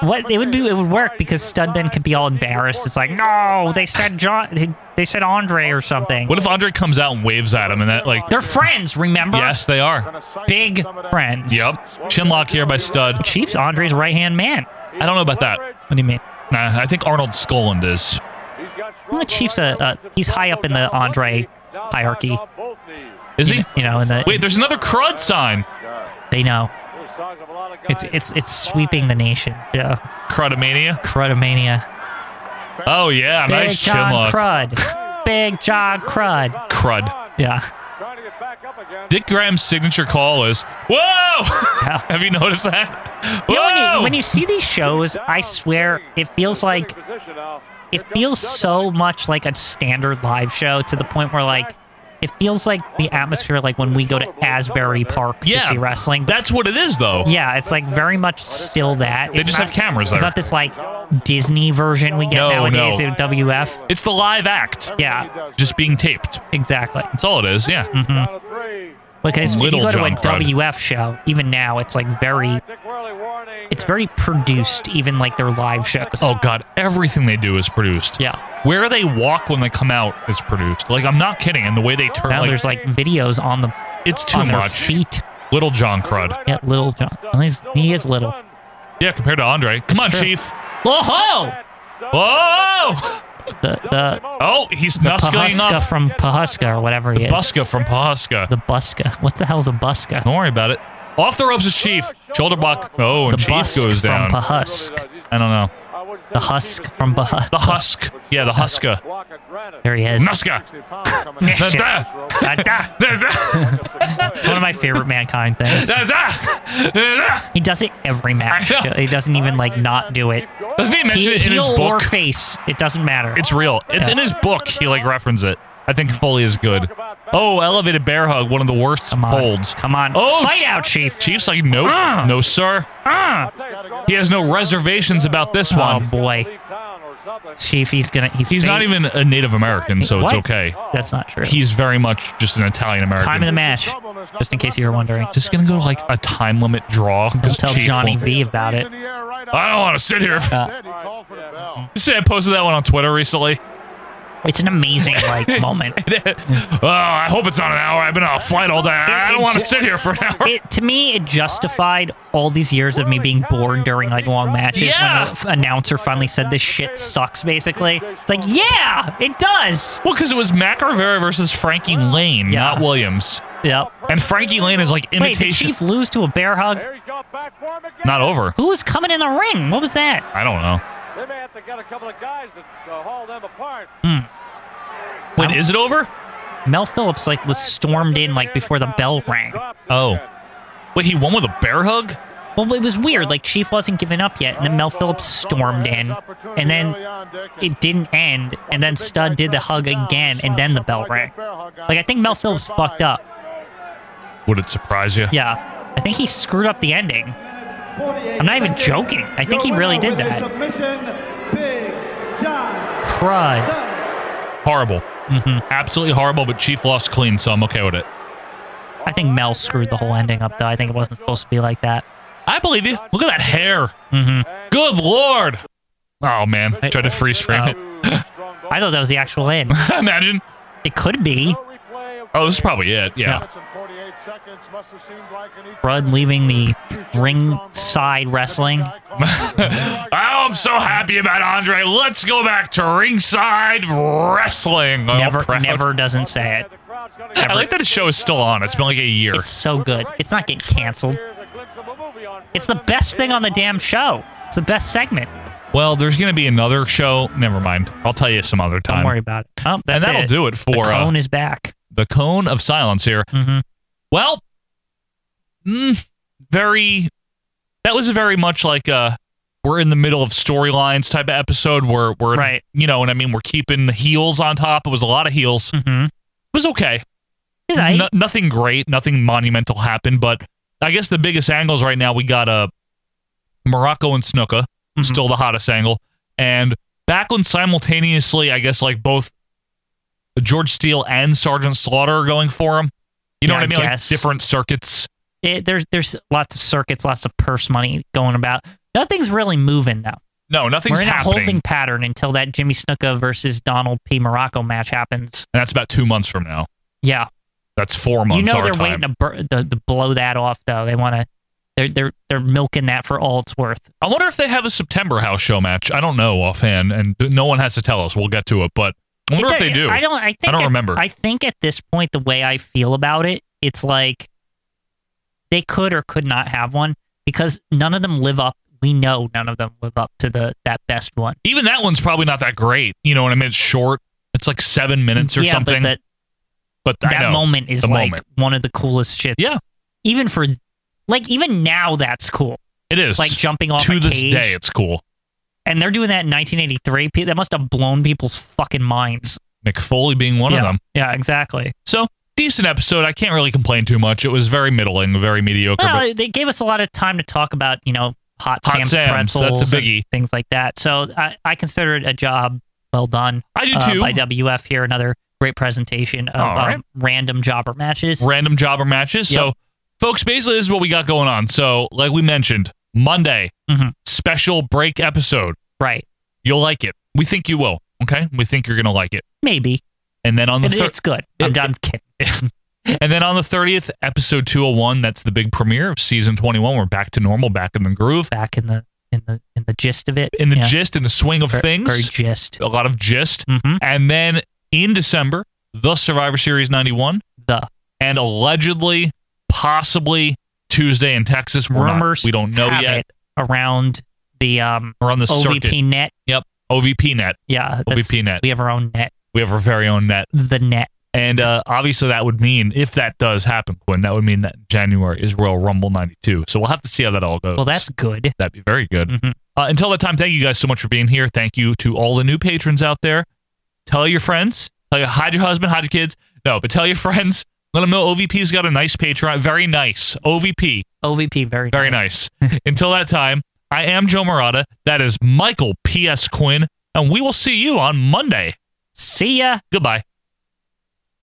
What it would be, it would work because Stud then could be all embarrassed. It's like, no, they said John, they, they said Andre or something.
What if Andre comes out and waves at him and that like
They're friends, remember?
Yes, they are.
big friends.
Yep. Chinlock here by Stud.
Chief's Andre's right hand man.
I don't know about that.
What do you mean?
Nah, I think Arnold Skoland is.
Well, the Chief's a, a he's high up in the Andre hierarchy.
Is
You
he?
kn- You know, in the
Wait, there's another crud sign.
they know it's it's it's sweeping the nation. Yeah,
Crudomania.
Crudomania.
Oh yeah,
Big
nice
John
Chinlock.
Crud. Big John Crud.
Crud.
Yeah.
Dick Graham's signature call is "Whoa." Have you noticed that? Whoa.
You know, when you when you see these shows, I swear it feels like it feels so much like a standard live show to the point where like it feels like the atmosphere like when we go to Asbury Park
Yeah.
to see wrestling. But
That's what it is, though.
yeah, it's like very much still that.
They
It's
just
not-
have cameras there.
It's not this like Disney version we get
No,
nowadays
no.
in WF.
It's the live act.
Yeah,
Just being taped.
exactly.
That's all it is. Yeah.
Because if
Little
you go to a
John Crud.
WF show, even now, it's like very, it's very produced. Even like their live shows.
Oh God, everything they do is produced.
yeah.
Where they walk when they come out is produced. Like I'm not kidding. And the way they turn,
Now
like,
there's like videos on the
it's too
on their
much.
feet.
Little John crud.
Yeah, little John. Well, he's, he is little.
Yeah, compared to Andre. Come on,
true.
Chief.
Oh! Whoa!
Whoa!
The the
Oh, he's
the
nusking
Pahuska
up
from Pahuska or whatever he is.
Buska Oh. from Pahuska.
The Buska. What the hell's a Buska?
Don't worry about it. Off the ropes is Chief. Shoulder block. Oh,
The
and Chief
Busk
goes down.
from Pahusk.
I don't know.
The Husk from Pahusk.
The Husk. Yeah, the Huska.
uh, There he is.
Nuska.
Yeah,
Da,
shit.
da.
Da, da.
Da, da.
It's one of my favorite mankind things.
Da, da. Da, da.
He does it every match.
I know.
He doesn't even like not do it.
Doesn't he mention
He,
it in his
heel or
book?
face, it doesn't matter.
It's real. It's
Yeah.
in his book. He like references it. I think Foley is good. Oh, elevated bear hug. One of the worst
Come on.
holds.
Come on.
Oh,
Fight out, Chief.
Chief's like, nope,
Ah.
no, sir. He has no reservations about this
Oh
one.
boy, Chief. He's gonna. He's.
He's not
fake.
even a Native American, so it's
What?
okay.
That's not true.
He's very much just an Italian American.
time of the match, just in case you were wondering.
Just gonna go to like a time limit draw.
They'll
Just
tell Johnny V about it.
I don't want to sit here.
Uh,
You see, I posted that one on Twitter recently.
It's an amazing like moment.
oh, I hope it's not an hour. I've been on a flight all day. I don't want to sit here for an hour.
It to me, it justified all these years of me being bored during like long matches
Yeah.
when the f- announcer finally said this shit sucks. Basically, it's like yeah, it does.
Well, because it was Mac Rivera versus Frankie Lane,
Yeah.
not Williams.
Yep.
And Frankie Lane is like
Wait, did
imitation.
Chief lose to a bear hug?
He's got back for him again.
not over.
Who was coming in the ring? What was that?
I don't know.
They may have to get a couple of guys to uh, haul them apart.
Wait, is it over?
Mel Phillips like was stormed in like before the bell rang.
Oh. Wait, he won with a bear hug?
Well, it was weird. Like Chief wasn't giving up yet, and then Mel Phillips stormed in, and then it didn't end, and then Stud did the hug again, and then the bell rang. Like I think Mel Phillips fucked up.
Would it surprise you?
Yeah, I think he screwed up the ending. I'm not even joking. I think he really did that. Crud. Mm-hmm.
Horrible. Absolutely horrible, but Chief lost clean, so I'm okay with it.
I think Mel screwed the whole ending up though. I think it wasn't supposed to be like that.
I believe you. Look at that hair.
hmm
Good lord. Oh, man. I tried to freeze frame it.
I thought that was the actual end.
Imagine.
It could be.
Oh, this is probably it. Yeah.
Crud leaving the ringside wrestling.
oh, I'm so happy about Andre. Let's go back to ringside wrestling. I'm all
Never,
proud.
never doesn't say it.
I like that the show is still on. It's been like a year.
It's so good. It's not getting canceled. It's the best thing on the damn show. It's the best segment.
well, there's going to be another show. Never mind. I'll tell you some other time.
Don't worry about it. Oh,
and
that's
that'll
it.
do it
The
for uh,
clone is back.
the cone of silence here.
Mhm.
Well, mm, very. That was a very much like a we're in the middle of storylines type of episode where we're
Right.
you know, and I mean we're keeping the heels on top. It was a lot of heels.
Mhm.
It was okay.
It's all right.
No- nothing great, nothing monumental happened, but I guess the biggest angles right now we got uh, Morocco and Snuka,
Mm-hmm.
still the hottest angle, and Backlund simultaneously. I guess like both George Steele and Sergeant Slaughter are going for him. You know
Yeah,
what I
I
mean?
guess.
Like different circuits.
It- there's there's lots of circuits, lots of purse money going about. Nothing's really moving though.
No, nothing's
We're in
happening.
a holding pattern until that Jimmy Snuka versus Donald P. Morocco match happens.
and that's about two months from now.
Yeah,
That's four months.
you know
our
they're
time.
waiting to, bur- to, to blow that off though. They want to. They're they're they're milking that for all it's worth.
I wonder if they have a September house show match. I don't know offhand, and no one has to tell us. We'll get to it, but I wonder
It
if they
do-
do.
I don't. I think.
don't
at-
remember.
I think at this point, the way I feel about it, it's like they could or could not have one because none of them live up. We know none of them live up to the that best one.
even that one's probably not that great. You know what I mean? It's short. It's like seven minutes or
yeah,
something.
But that
But I
that
know.
moment is
The
like
moment.
one of the coolest shits.
Yeah.
Even for like even now that's cool.
it is
Like jumping off
to
a
this
cage.
day. It's cool.
and they're doing that in 1983. Pe- That must have blown people's fucking minds.
Mick Foley being one
yeah.
of them.
Yeah, exactly.
So decent episode. I can't really complain too much. It was very middling, very mediocre. but
Well, they gave us a lot of time to talk about you know hot,
Hot
Sam's,
Sam's,
pretzels,
that's a
and
biggie.
things like that. So I, I consider it a job well done
I do
uh,
too.
by WF here. Another great presentation of
All right.
um, random jobber matches.
Random jobber matches. So,
Yep.
folks, basically this is what we got going on. So, like we mentioned, Monday
Mhm.
special break episode.
right?
You'll like it. We think you will. Okay, we think you're gonna like it.
Maybe
And then on the
it,
thir-
it's good. I'm
it-
done kidding.
And then on the 30th, episode 201, that's the big premiere of season 21. We're back to normal, back in the groove,
Back in the in the in the gist of it.
in the
Yeah.
gist, in the swing of
Very-
things.
Very gist.
a lot of gist.
Mhm.
And then in December, the Survivor Series 91,
The
and allegedly, possibly Tuesday in Texas. We're not-
rumors
we don't know
have
yet.
it around the um
We're on Oh, the
OVP
circuit.
net.
Yep. OVP net.
Yeah,
OVP
that's-
net.
We have our own net.
We have our very own net.
The net.
And uh, obviously, that would mean, if that does happen, Quinn, that would mean that January is Royal Rumble 92. So we'll have to see how that all goes.
Well, that's good.
That'd be very good.
Mhm.
Uh, until that time, thank you guys so much for being here. Thank you to all the new patrons out there. Tell your friends. Tell your, hide your husband, hide your kids. No, but tell your friends. Let them know OVP's got a nice Patreon. Very nice. OVP.
OVP very
Very nice. until that time, I am Joe Morata. That is Michael P.S. Quinn. And we will see you on Monday.
See ya.
Goodbye.